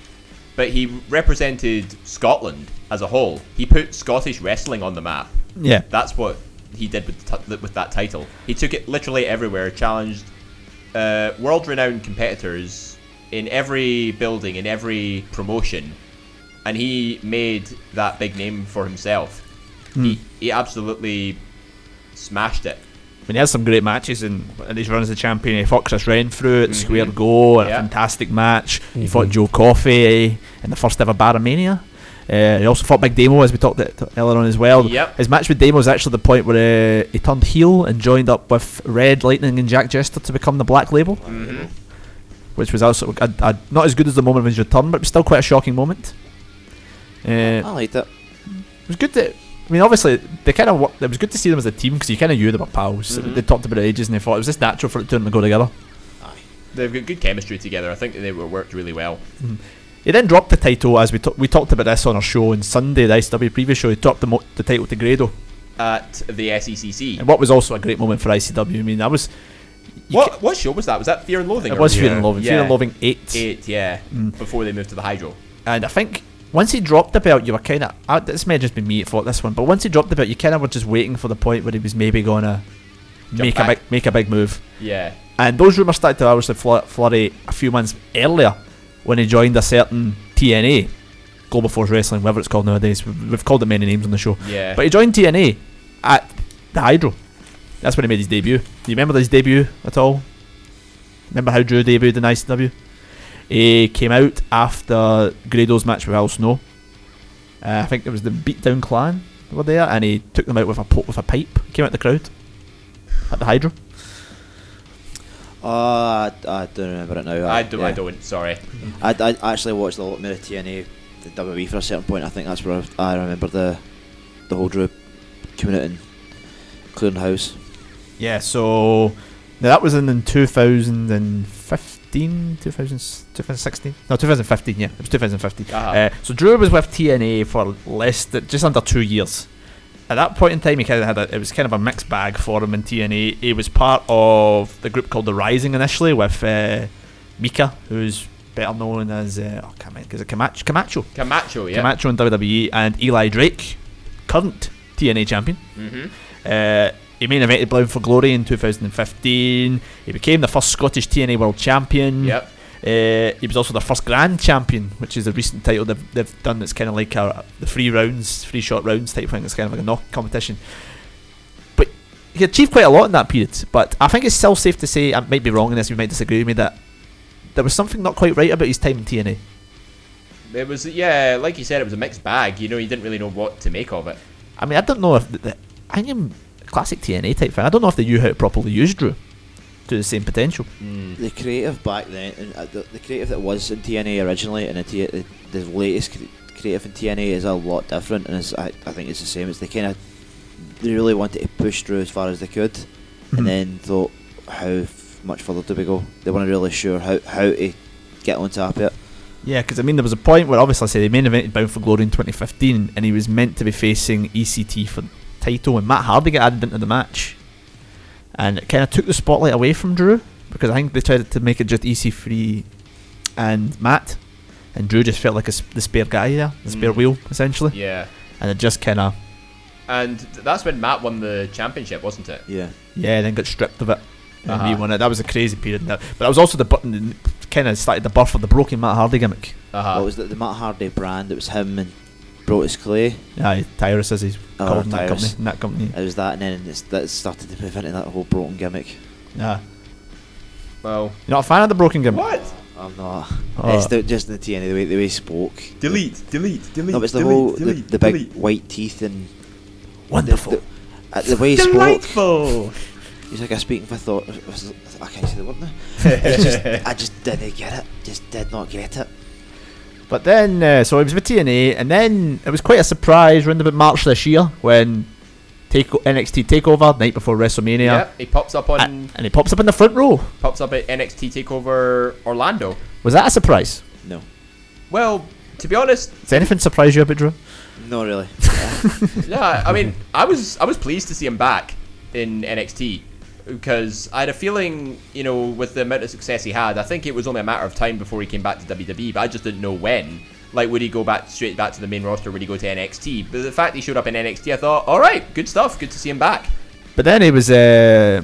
[SPEAKER 3] but he represented Scotland as a whole. He put Scottish wrestling on the map.
[SPEAKER 2] Yeah.
[SPEAKER 3] That's what he did with t- with that title. He took it literally everywhere, challenged uh, world-renowned competitors in every building, in every promotion, and he made that big name for himself. He
[SPEAKER 2] Hmm.
[SPEAKER 3] he absolutely smashed it.
[SPEAKER 2] I mean, he has some great matches in, in his run as a champion. He fought Chris Renfrew at Square Go, and
[SPEAKER 3] Mhm. Yeah. Mhm.
[SPEAKER 2] a fantastic match. He fought Joe Coffey in the first ever Baromania. Uh, he also fought Big Demo, as we talked to- to earlier on as well.
[SPEAKER 3] Yep.
[SPEAKER 2] His match with Demo was actually the point where uh, he turned heel and joined up with Red Lightning and Jack Jester to become the Black Label,
[SPEAKER 3] Mm-hmm.
[SPEAKER 2] which was also a, a, not as good as the moment of his return, but it was still quite a shocking moment. Uh,
[SPEAKER 5] I liked it.
[SPEAKER 2] it was good to. I mean, obviously, they kind of worked. It was good to see them as a team because you kind of knew they were pals. They talked about it ages, and they thought it was just natural for the two of them to go together.
[SPEAKER 3] They've got good chemistry together. I think they were worked really well.
[SPEAKER 2] He then dropped the title as we t- we talked about this on our show on Sunday, the ICW previous show. He dropped the, mo- the title to Grado,
[SPEAKER 3] At the E SECC,
[SPEAKER 2] and what was also a great moment for ICW. I mean, that was you
[SPEAKER 3] what what show was that? Was that Fear and Loathing?
[SPEAKER 2] ca- it
[SPEAKER 3] or-
[SPEAKER 2] was Hmm. Fear
[SPEAKER 4] Yeah.
[SPEAKER 2] and Loving, Fear and
[SPEAKER 3] Oh, Yeah.
[SPEAKER 2] Loving eight.
[SPEAKER 3] eight, yeah, before they moved to the Hydro.
[SPEAKER 2] and I think once he dropped the belt, you were kind of uh, this may have just been me that thought this one, but once he dropped the belt, you kind of were just waiting for the point where he was maybe gonna make a
[SPEAKER 3] back.
[SPEAKER 2] big make a big move.
[SPEAKER 3] Yeah,
[SPEAKER 2] And those rumours started to obviously fl- flurry a few months earlier when he joined a certain TNA, Global Force Wrestling, whatever it's called nowadays. We've we've called it many names on the show.
[SPEAKER 3] Yeah.
[SPEAKER 2] But he joined TNA at the Hydro. That's when he made his debut. Do you remember his debut at all? Remember how Drew debuted in ICW? He came out after Grado's match with Al Snow. Uh, I think it was the Beatdown Clan were there, and he took them out with a po- with a pipe. He came out the crowd at the Hydro.
[SPEAKER 5] Uh, I, I don't remember it
[SPEAKER 2] Uh,
[SPEAKER 5] now.
[SPEAKER 3] I, do,
[SPEAKER 5] yeah.
[SPEAKER 3] I don't. Sorry.
[SPEAKER 5] I, I actually watched a lot more of TNA, the WWE for a certain point. I think that's where I, I remember the the whole group coming out and clearing house.
[SPEAKER 2] Yeah, so now that was in, in 2015, 2000, 2016. No, 2015, yeah, it was 2015.
[SPEAKER 3] Uh-huh.
[SPEAKER 2] Uh, so Drew was with TNA for less than just under two years. At that point in time, he kind of had a, it was kind of a mixed bag for him in TNA. He was part of the group called The Rising initially with uh, Mika, who's better known as uh, oh, I can't remember, is it Camacho? Camacho,
[SPEAKER 3] Camacho, yeah.
[SPEAKER 2] Camacho in WWE, and Eli Drake, current TNA champion.
[SPEAKER 3] Mm-hmm.
[SPEAKER 2] Uh, he main evented Bound for Glory in 2015. He became the first Scottish TNA World Champion.
[SPEAKER 3] Yep.
[SPEAKER 2] Uh, he was also the first Grand Champion, which is a recent title they've, they've done that's kind of like a, the three rounds, three short rounds type thing. It's kind of like a knock competition. But he achieved quite a lot in that period. But I think it's still safe to say, I might be wrong in this, you might disagree with me, that there was something not quite right about his time in TNA.
[SPEAKER 3] It was yeah, like you said, it was a mixed bag. You know, you didn't really know what to make of it.
[SPEAKER 2] I mean, I don't know if the, the, I think I'm a classic TNA type fan. I don't know if they knew how to properly use Drew to the same potential.
[SPEAKER 5] The creative back then, and uh, the, the creative that was in TNA originally, and the, T- the, the latest cre- creative in TNA is a lot different, and it's, I, I think it's the same. It's they kind of they really wanted to push through as far as they could,
[SPEAKER 2] Mhm.
[SPEAKER 5] and then thought how f- much further do we go? They weren't really sure how how to get on top of it.
[SPEAKER 2] Yeah, because I mean, there was a point where obviously I say they main evented Bound for Glory in 2015, and he was meant to be facing ECT for the title, and Matt Hardy got added into the match, and it kind of took the spotlight away from Drew because I think they tried to make it just EC3 and Matt, and Drew just felt like a s the spare guy there, the spare
[SPEAKER 3] Mm.
[SPEAKER 2] wheel essentially,
[SPEAKER 3] Yeah,
[SPEAKER 2] and it just kind of
[SPEAKER 3] and th- that's when Matt won the championship, wasn't it?
[SPEAKER 5] Yeah,
[SPEAKER 2] yeah, then got stripped of it. And he
[SPEAKER 3] Uh-huh.
[SPEAKER 2] won it. That was a crazy period. That, but that was also the button kind of started the birth of the broken Matt Hardy gimmick.
[SPEAKER 3] Uh-huh.
[SPEAKER 5] what was the, the Matt Hardy brand? It was him and Brotus Clay.
[SPEAKER 2] Aye, Tyrus as he's
[SPEAKER 5] Oh,
[SPEAKER 2] called in that
[SPEAKER 5] Tyrus.
[SPEAKER 2] company. In that company.
[SPEAKER 5] It was that, and then it's, that started to move into that whole Broughton gimmick.
[SPEAKER 2] Yeah.
[SPEAKER 3] Well,
[SPEAKER 2] You're not a fan of the broken gimmick?
[SPEAKER 3] what?
[SPEAKER 5] I'm not. Ah.
[SPEAKER 2] Oh.
[SPEAKER 5] It's the, just the TNA the way the way he spoke.
[SPEAKER 3] Delete, delete, delete.
[SPEAKER 5] No, but it's the
[SPEAKER 3] delete,
[SPEAKER 5] whole
[SPEAKER 3] delete,
[SPEAKER 5] the, the big
[SPEAKER 3] delete.
[SPEAKER 5] white teeth and
[SPEAKER 2] Wonderful.
[SPEAKER 5] The, the, uh, the way he spoke,
[SPEAKER 3] Delightful.
[SPEAKER 5] he's like I speaking for thought. I can't say the word now. It's just, I just didn't get it. Just did not get it.
[SPEAKER 2] But then, uh, so it was with TNA, and then it was quite a surprise around about March this year when take NXT Takeover night before WrestleMania,
[SPEAKER 3] Yep, he pops up on
[SPEAKER 2] and, and he pops up in the front row.
[SPEAKER 3] pops up at NXT Takeover Orlando.
[SPEAKER 2] Was that a surprise?
[SPEAKER 5] No,
[SPEAKER 3] Well, to be honest,
[SPEAKER 2] Does anything surprise you about Drew?
[SPEAKER 5] not really.
[SPEAKER 3] yeah, I mean, I was I was pleased to see him back in NXT because I had a feeling, you E, know, with the amount of success he had, I think it was only a matter of time before he came back to WWE, but I just didn't know when. Like, would he go back straight back to the main roster? Would he go to NXT? But the fact he showed up in NXT, I thought, all right, good stuff. Good to see him back.
[SPEAKER 2] But then he was uh,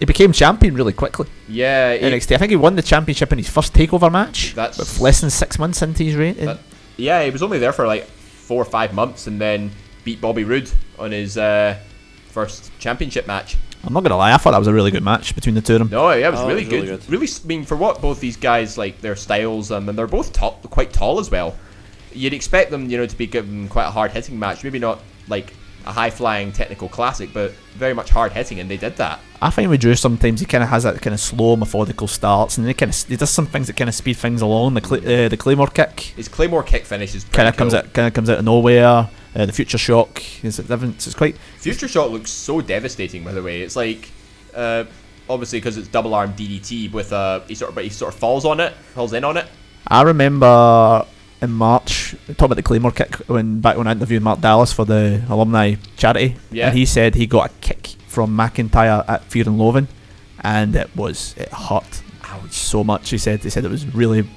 [SPEAKER 2] he became champion really quickly.
[SPEAKER 3] Yeah, he-
[SPEAKER 2] NXT. I think he won the championship in his first takeover match.
[SPEAKER 3] That's-
[SPEAKER 2] with less than six months into his reign.
[SPEAKER 3] That- yeah, he was only there for like four or five months, and then beat Bobby Roode on his uh, first championship match.
[SPEAKER 2] I'm not gonna lie, I thought that was a really good match between the two of them.
[SPEAKER 3] No, yeah, it was
[SPEAKER 5] Oh, it
[SPEAKER 3] really
[SPEAKER 5] was
[SPEAKER 3] good.
[SPEAKER 5] really
[SPEAKER 3] Really,
[SPEAKER 5] good.
[SPEAKER 3] s- I mean, for what both these guys like their styles, um, and they're both tall, quite tall as well. You'd expect them, you know, to be given quite a hard hitting match. Maybe not like a high flying technical classic, but very much hard hitting, and they did that.
[SPEAKER 2] I find with Drew sometimes he kind of has that kind of slow, methodical starts, and he kind of he does some things that kind of speed things along. The cl- uh, the claymore kick
[SPEAKER 3] His claymore kick finish is
[SPEAKER 2] kind
[SPEAKER 3] pretty
[SPEAKER 2] of comes
[SPEAKER 3] cool.
[SPEAKER 2] out kind of comes out of nowhere. Uh, the future shock is different. It's quite
[SPEAKER 3] Future Shot looks so devastating, by the way. It's like, uh, obviously, because it's double arm DDT with a he sort of, but he sort of falls on it, falls in on it.
[SPEAKER 2] I remember in March talking about the Claymore kick when back when I interviewed Mark Dallas for the alumni charity,
[SPEAKER 3] Yeah.
[SPEAKER 2] and he said he got a kick from McIntyre at Fear and Loathing, and it was it hurt so much. He said he said it was really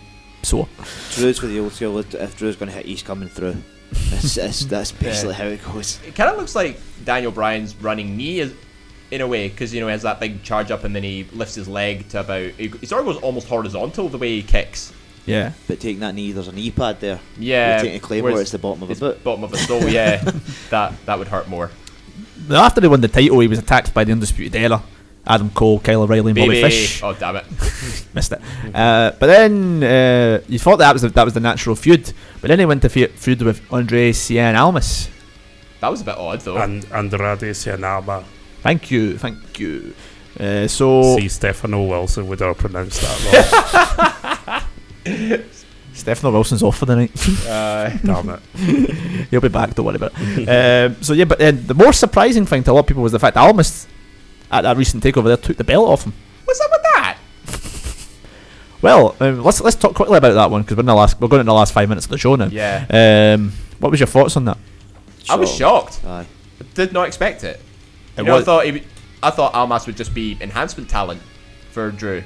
[SPEAKER 2] sore.
[SPEAKER 5] Drew's for the old school. If Drew's going to hit, he's coming through. That's, that's, that's basically how it goes.
[SPEAKER 3] It kind of looks like Daniel Bryan's running knee, is, in a way, because you know he has that big charge up and then he lifts his leg to about. He he sort of goes almost horizontal the way he kicks.
[SPEAKER 2] Yeah,
[SPEAKER 5] But taking that knee, there's a knee pad there.
[SPEAKER 3] Yeah,
[SPEAKER 5] You're taking a claymore,
[SPEAKER 3] whereas
[SPEAKER 5] it's the bottom of a
[SPEAKER 3] His
[SPEAKER 5] boot.
[SPEAKER 3] bottom of his soul, yeah, that that would hurt more.
[SPEAKER 2] now after he won the title, he was attacked by the Undisputed Era. Adam Cole, Kyle O'Reilly, and Bobby
[SPEAKER 3] Baby,
[SPEAKER 2] Fish
[SPEAKER 3] oh damn it!
[SPEAKER 2] missed it. Uh, but then uh, you thought that was the, that was the natural feud, but then he went to fe- feud with Andre Cien Almas,
[SPEAKER 3] That was a bit odd though.
[SPEAKER 4] And Andrade Cianama.
[SPEAKER 2] Thank you, thank you. Uh, so
[SPEAKER 4] See, Stefano Wilson would have pronounced that wrong.
[SPEAKER 2] Stefano Wilson's off for the night.
[SPEAKER 3] Uh,
[SPEAKER 4] Damn it.
[SPEAKER 2] He'll be back. Don't worry about it. um, so yeah, but then the more surprising thing to a lot of people was the fact that Almas at that recent takeover there took the belt off him.
[SPEAKER 3] what's up with that?
[SPEAKER 2] Well, um, let's let's talk quickly about that one because we're in the last we're going into the last five minutes of the show now.
[SPEAKER 3] Yeah.
[SPEAKER 2] Um, what was your thoughts on that?
[SPEAKER 3] I was shocked.
[SPEAKER 5] Aye.
[SPEAKER 3] Did not expect it. You
[SPEAKER 2] It
[SPEAKER 3] know, I
[SPEAKER 2] was-
[SPEAKER 3] thought he, would- I thought Almas would just be enhancement talent for Drew.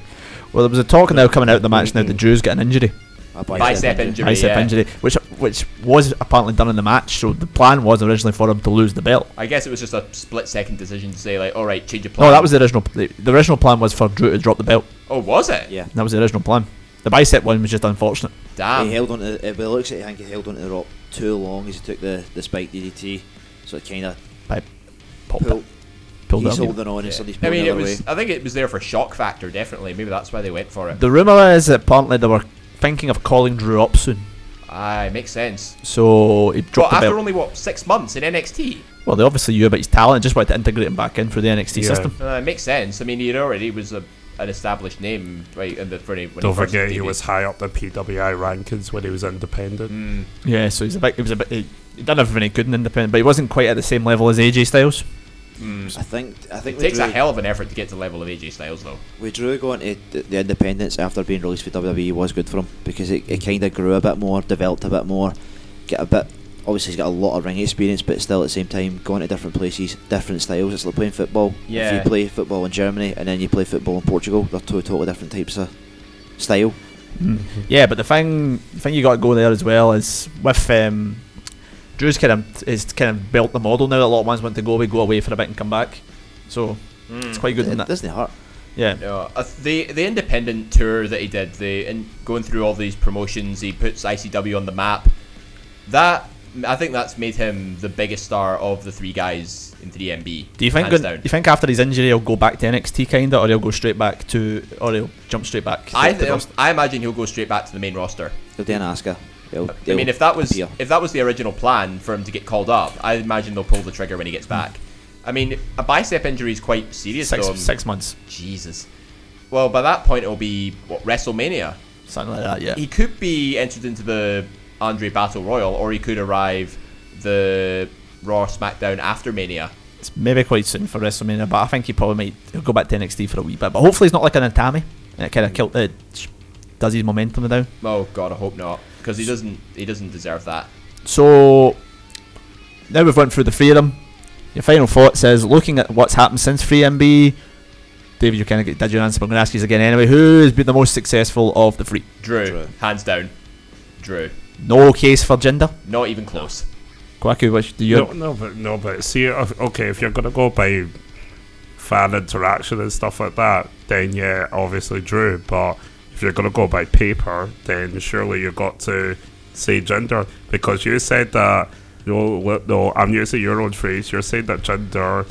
[SPEAKER 2] Well, there was a talk now coming out of the match now that Drew's got an injury,
[SPEAKER 5] A
[SPEAKER 3] Bicep injury.
[SPEAKER 2] bicep
[SPEAKER 3] yeah.
[SPEAKER 2] injury, which which was apparently done in the match. So the plan was originally for him to lose the belt.
[SPEAKER 3] I guess it was just a split second decision to say like, all right, change your plan.
[SPEAKER 2] No, that was the original. The, the original plan was for Drew to drop the belt.
[SPEAKER 3] Oh, was it?
[SPEAKER 5] Yeah.
[SPEAKER 2] That was the original plan. The bicep one was just unfortunate.
[SPEAKER 3] Damn.
[SPEAKER 5] he held on to. It looks like I think he held on to the rope too long as he took the, the spike DDT. So it kind of
[SPEAKER 2] I popped
[SPEAKER 5] pulled.
[SPEAKER 2] it, pulled
[SPEAKER 5] he's
[SPEAKER 2] it.
[SPEAKER 5] holding on and somebody's
[SPEAKER 3] I
[SPEAKER 5] pulling
[SPEAKER 3] mean,
[SPEAKER 5] the
[SPEAKER 3] it
[SPEAKER 5] other
[SPEAKER 3] was.
[SPEAKER 5] way.
[SPEAKER 3] I think it was there for shock factor, definitely. Maybe that's why they went for it.
[SPEAKER 2] The rumor is that apparently they were thinking of calling Drew up soon,
[SPEAKER 3] Aye, makes sense.
[SPEAKER 2] so he
[SPEAKER 3] Well,
[SPEAKER 2] dropped the
[SPEAKER 3] after
[SPEAKER 2] belt.
[SPEAKER 3] only what six months in NXT,
[SPEAKER 2] well, they obviously knew about his talent, just wanted to integrate him back in through the NXT
[SPEAKER 4] Yeah.
[SPEAKER 2] system.
[SPEAKER 3] uh, it makes sense. I mean, he already was a, an established name, right? In the for when
[SPEAKER 4] Don't
[SPEAKER 3] he first
[SPEAKER 4] forget he
[SPEAKER 3] debuted.
[SPEAKER 4] was high up the PWI rankings when he was independent.
[SPEAKER 2] Yeah, so he's a bit. He was a bit. He, he done everything he could in independent, but he wasn't quite at the same level as AJ Styles.
[SPEAKER 5] I think I think
[SPEAKER 3] It
[SPEAKER 5] we
[SPEAKER 3] takes a
[SPEAKER 5] drew,
[SPEAKER 3] hell of an effort to get to the level of AJ Styles, though.
[SPEAKER 5] we drew going to the, the independence after being released for WWE was good for him because it, it kind of grew a bit more, developed a bit more, get a bit. Obviously, he's got a lot of ring experience, but still at the same time going to different places, different styles. It's like playing football.
[SPEAKER 3] Yeah.
[SPEAKER 5] If you play football in Germany and then you play football in Portugal, they're two totally different types of style.
[SPEAKER 2] Yeah, but the thing, the thing you got to go there as well is with um, Drew's kind of is kind of built the model now. that A lot of ones went to go, we go away for a bit and come back. So it's quite good. in
[SPEAKER 5] It, it
[SPEAKER 2] that.
[SPEAKER 5] doesn't hurt.
[SPEAKER 2] Yeah.
[SPEAKER 3] Yeah, uh, the the independent tour that he did, the and going through all these promotions, he puts ICW on the map. That I think that's made him the biggest star of the three guys in 3MB.
[SPEAKER 2] Do you think
[SPEAKER 3] hands
[SPEAKER 2] gon-
[SPEAKER 3] down.
[SPEAKER 2] do you think after his injury he'll go back to NXT kinda, or he'll go straight back to, or he'll jump straight back? to
[SPEAKER 3] I
[SPEAKER 2] the
[SPEAKER 3] think,
[SPEAKER 2] roster?
[SPEAKER 3] I imagine he'll go straight back to the main roster.
[SPEAKER 5] He'll do an Asuka. He'll,
[SPEAKER 3] I mean, if that was
[SPEAKER 5] appear.
[SPEAKER 3] if that was the original plan for him to get called up, I imagine they'll pull the trigger when he gets back. I mean, a bicep injury is quite serious.
[SPEAKER 2] six,
[SPEAKER 3] though. I'm-
[SPEAKER 2] six months,
[SPEAKER 3] Jesus. Well, by that point it'll be what WrestleMania.
[SPEAKER 2] something like that. Yeah.
[SPEAKER 3] he could be entered into the Andre Battle Royal, or he could arrive the Raw SmackDown after Mania.
[SPEAKER 2] It's maybe quite soon for WrestleMania, but I think he probably might he'll go back to NXT for a wee bit. But hopefully he's not like an Atami, and it kind of killed it. Does his momentum down?
[SPEAKER 3] Oh God, I hope not, because he doesn't. He doesn't deserve that.
[SPEAKER 2] So now we've went through the three of them. Your final thought says, looking at what's happened since 3MB, David, you kind of did your answer, but I'm going to ask you again anyway. Who has been the most successful of the three?
[SPEAKER 3] Drew, hands down, Drew.
[SPEAKER 2] No case for gender.
[SPEAKER 3] Not even close.
[SPEAKER 2] Kwaku, which do you?
[SPEAKER 4] No, no, but no, but see, if- okay, if you're gonna go by fan interaction and stuff like that, then yeah, obviously Drew. But if you're gonna go by paper, then surely you got to say gender because you said that. No, li- no, I'm using your own phrase. You're saying that gender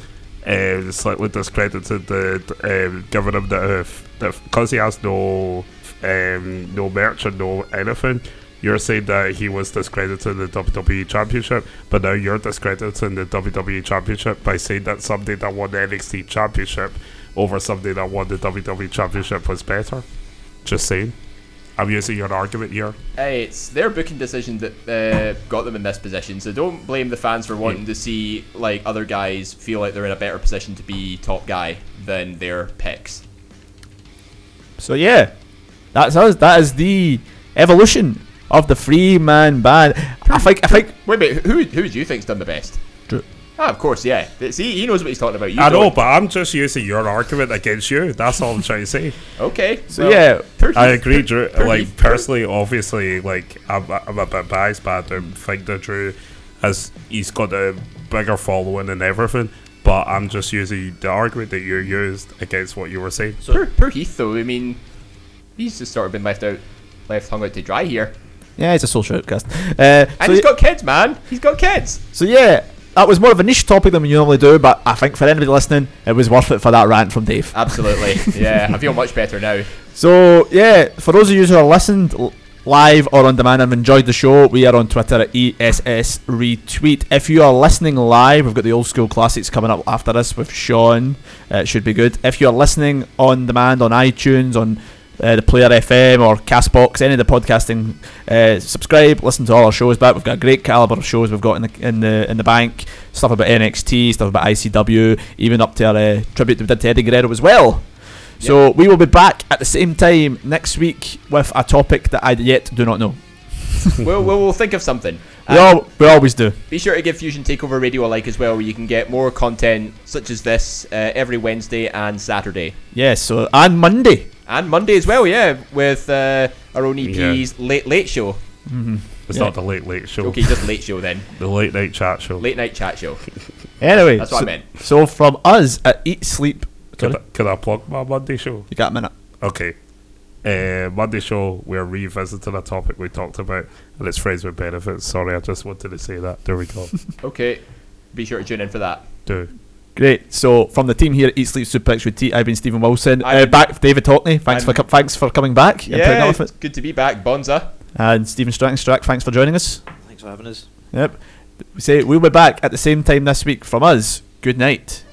[SPEAKER 4] um, slightly discredited the um, giving him the because he has no um, no merch and no anything. You're saying that he was discredited in the WWE Championship, but now you're discrediting the WWE Championship by saying that somebody that won the NXT Championship over somebody that won the WWE Championship was better. Just saying. I'm using your argument here.
[SPEAKER 3] Hey, it's their booking decision that uh, got them in this position. So don't blame the fans for wanting to see like other guys feel like they're in a better position to be top guy than their picks.
[SPEAKER 2] So yeah, that's us. That is the evolution of the free man band. I think. I think.
[SPEAKER 3] Wait a minute, who who do you think's done the best?
[SPEAKER 2] Drew.
[SPEAKER 3] Ah, of course, yeah. See, he knows what he's talking about. You
[SPEAKER 4] I know,
[SPEAKER 3] don't.
[SPEAKER 4] but I'm just using your argument against you. That's all I'm trying to say.
[SPEAKER 3] Okay.
[SPEAKER 2] So yeah,
[SPEAKER 4] I agree, Drew.
[SPEAKER 3] per-
[SPEAKER 4] like
[SPEAKER 3] per-
[SPEAKER 4] personally, obviously, like I'm, I'm a bit biased, but I don't think that Drew has he's got a bigger following and everything. But I'm just using the argument that you used against what you were saying.
[SPEAKER 3] per, per Heath, though, I mean, he's just sort of been left out, left hung out to dry here.
[SPEAKER 2] Yeah, it's a social outcast. Uh,
[SPEAKER 3] And
[SPEAKER 2] so,
[SPEAKER 3] he's
[SPEAKER 2] y-
[SPEAKER 3] got kids, man. He's got kids.
[SPEAKER 2] so yeah, that was more of a niche topic than we normally do, but I think for anybody listening, it was worth it for that rant from Dave.
[SPEAKER 3] Absolutely. yeah, I feel much better now.
[SPEAKER 2] So yeah, for those of you who are listened l- live or on demand and have enjoyed the show, we are on Twitter at ESS retweet. If you are listening live, we've got the old school classics coming up after this with Sean. Uh, it should be good. If you are listening on demand on iTunes on uh, the Player FM or Castbox, any of the podcasting, uh, subscribe, listen to all our shows back. We've got a great caliber of shows we've got in the in the in the bank. Stuff about NXT, stuff about ICW, even up to our uh, tribute that we did to Eddie Guerrero as well. So we will be back at the same time next week with a topic that I yet do not know.
[SPEAKER 3] we'll, we'll, we'll think of something.
[SPEAKER 2] We, all, we always do.
[SPEAKER 3] Be sure to give Fusion Takeover Radio a like as well, where you can get more content such as this uh, every Wednesday and Saturday.
[SPEAKER 2] Yes. So and Monday.
[SPEAKER 3] And Monday as well, yeah, with uh, our own EP's Late Late Show.
[SPEAKER 4] It's
[SPEAKER 2] Yeah.
[SPEAKER 4] not the late late show,
[SPEAKER 3] Okay, just Late Show then.
[SPEAKER 4] the late night chat show.
[SPEAKER 3] Late Night Chat Show.
[SPEAKER 2] Anyway,
[SPEAKER 3] That's what I
[SPEAKER 2] so,
[SPEAKER 3] meant.
[SPEAKER 2] so from us at Eat Sleep.
[SPEAKER 4] Can
[SPEAKER 2] Sorry,
[SPEAKER 4] I, can I plug my Monday show?
[SPEAKER 2] you got a minute.
[SPEAKER 4] Okay. Uh, Monday show, we're revisiting a topic we talked about, and it's friends with benefits. Sorry, I just wanted to say that. There we go.
[SPEAKER 3] Okay, be sure to tune in for that.
[SPEAKER 4] Do.
[SPEAKER 2] Great. So from the team here at Eat Sleep Suplex with T, I've been Stephen Wilson.
[SPEAKER 3] I've
[SPEAKER 2] Uh,
[SPEAKER 3] been-
[SPEAKER 2] back with David Hockney. Thanks
[SPEAKER 3] I'm-
[SPEAKER 2] for co- thanks for coming back and putting
[SPEAKER 3] Yeah,
[SPEAKER 2] up
[SPEAKER 3] it's
[SPEAKER 2] with it.
[SPEAKER 3] good to be back, Bonza.
[SPEAKER 2] And Stephen Strack, Strack, thanks for joining us.
[SPEAKER 5] Thanks for having us.
[SPEAKER 2] Yep. We say we'll be back at the same time this week from us. Good night.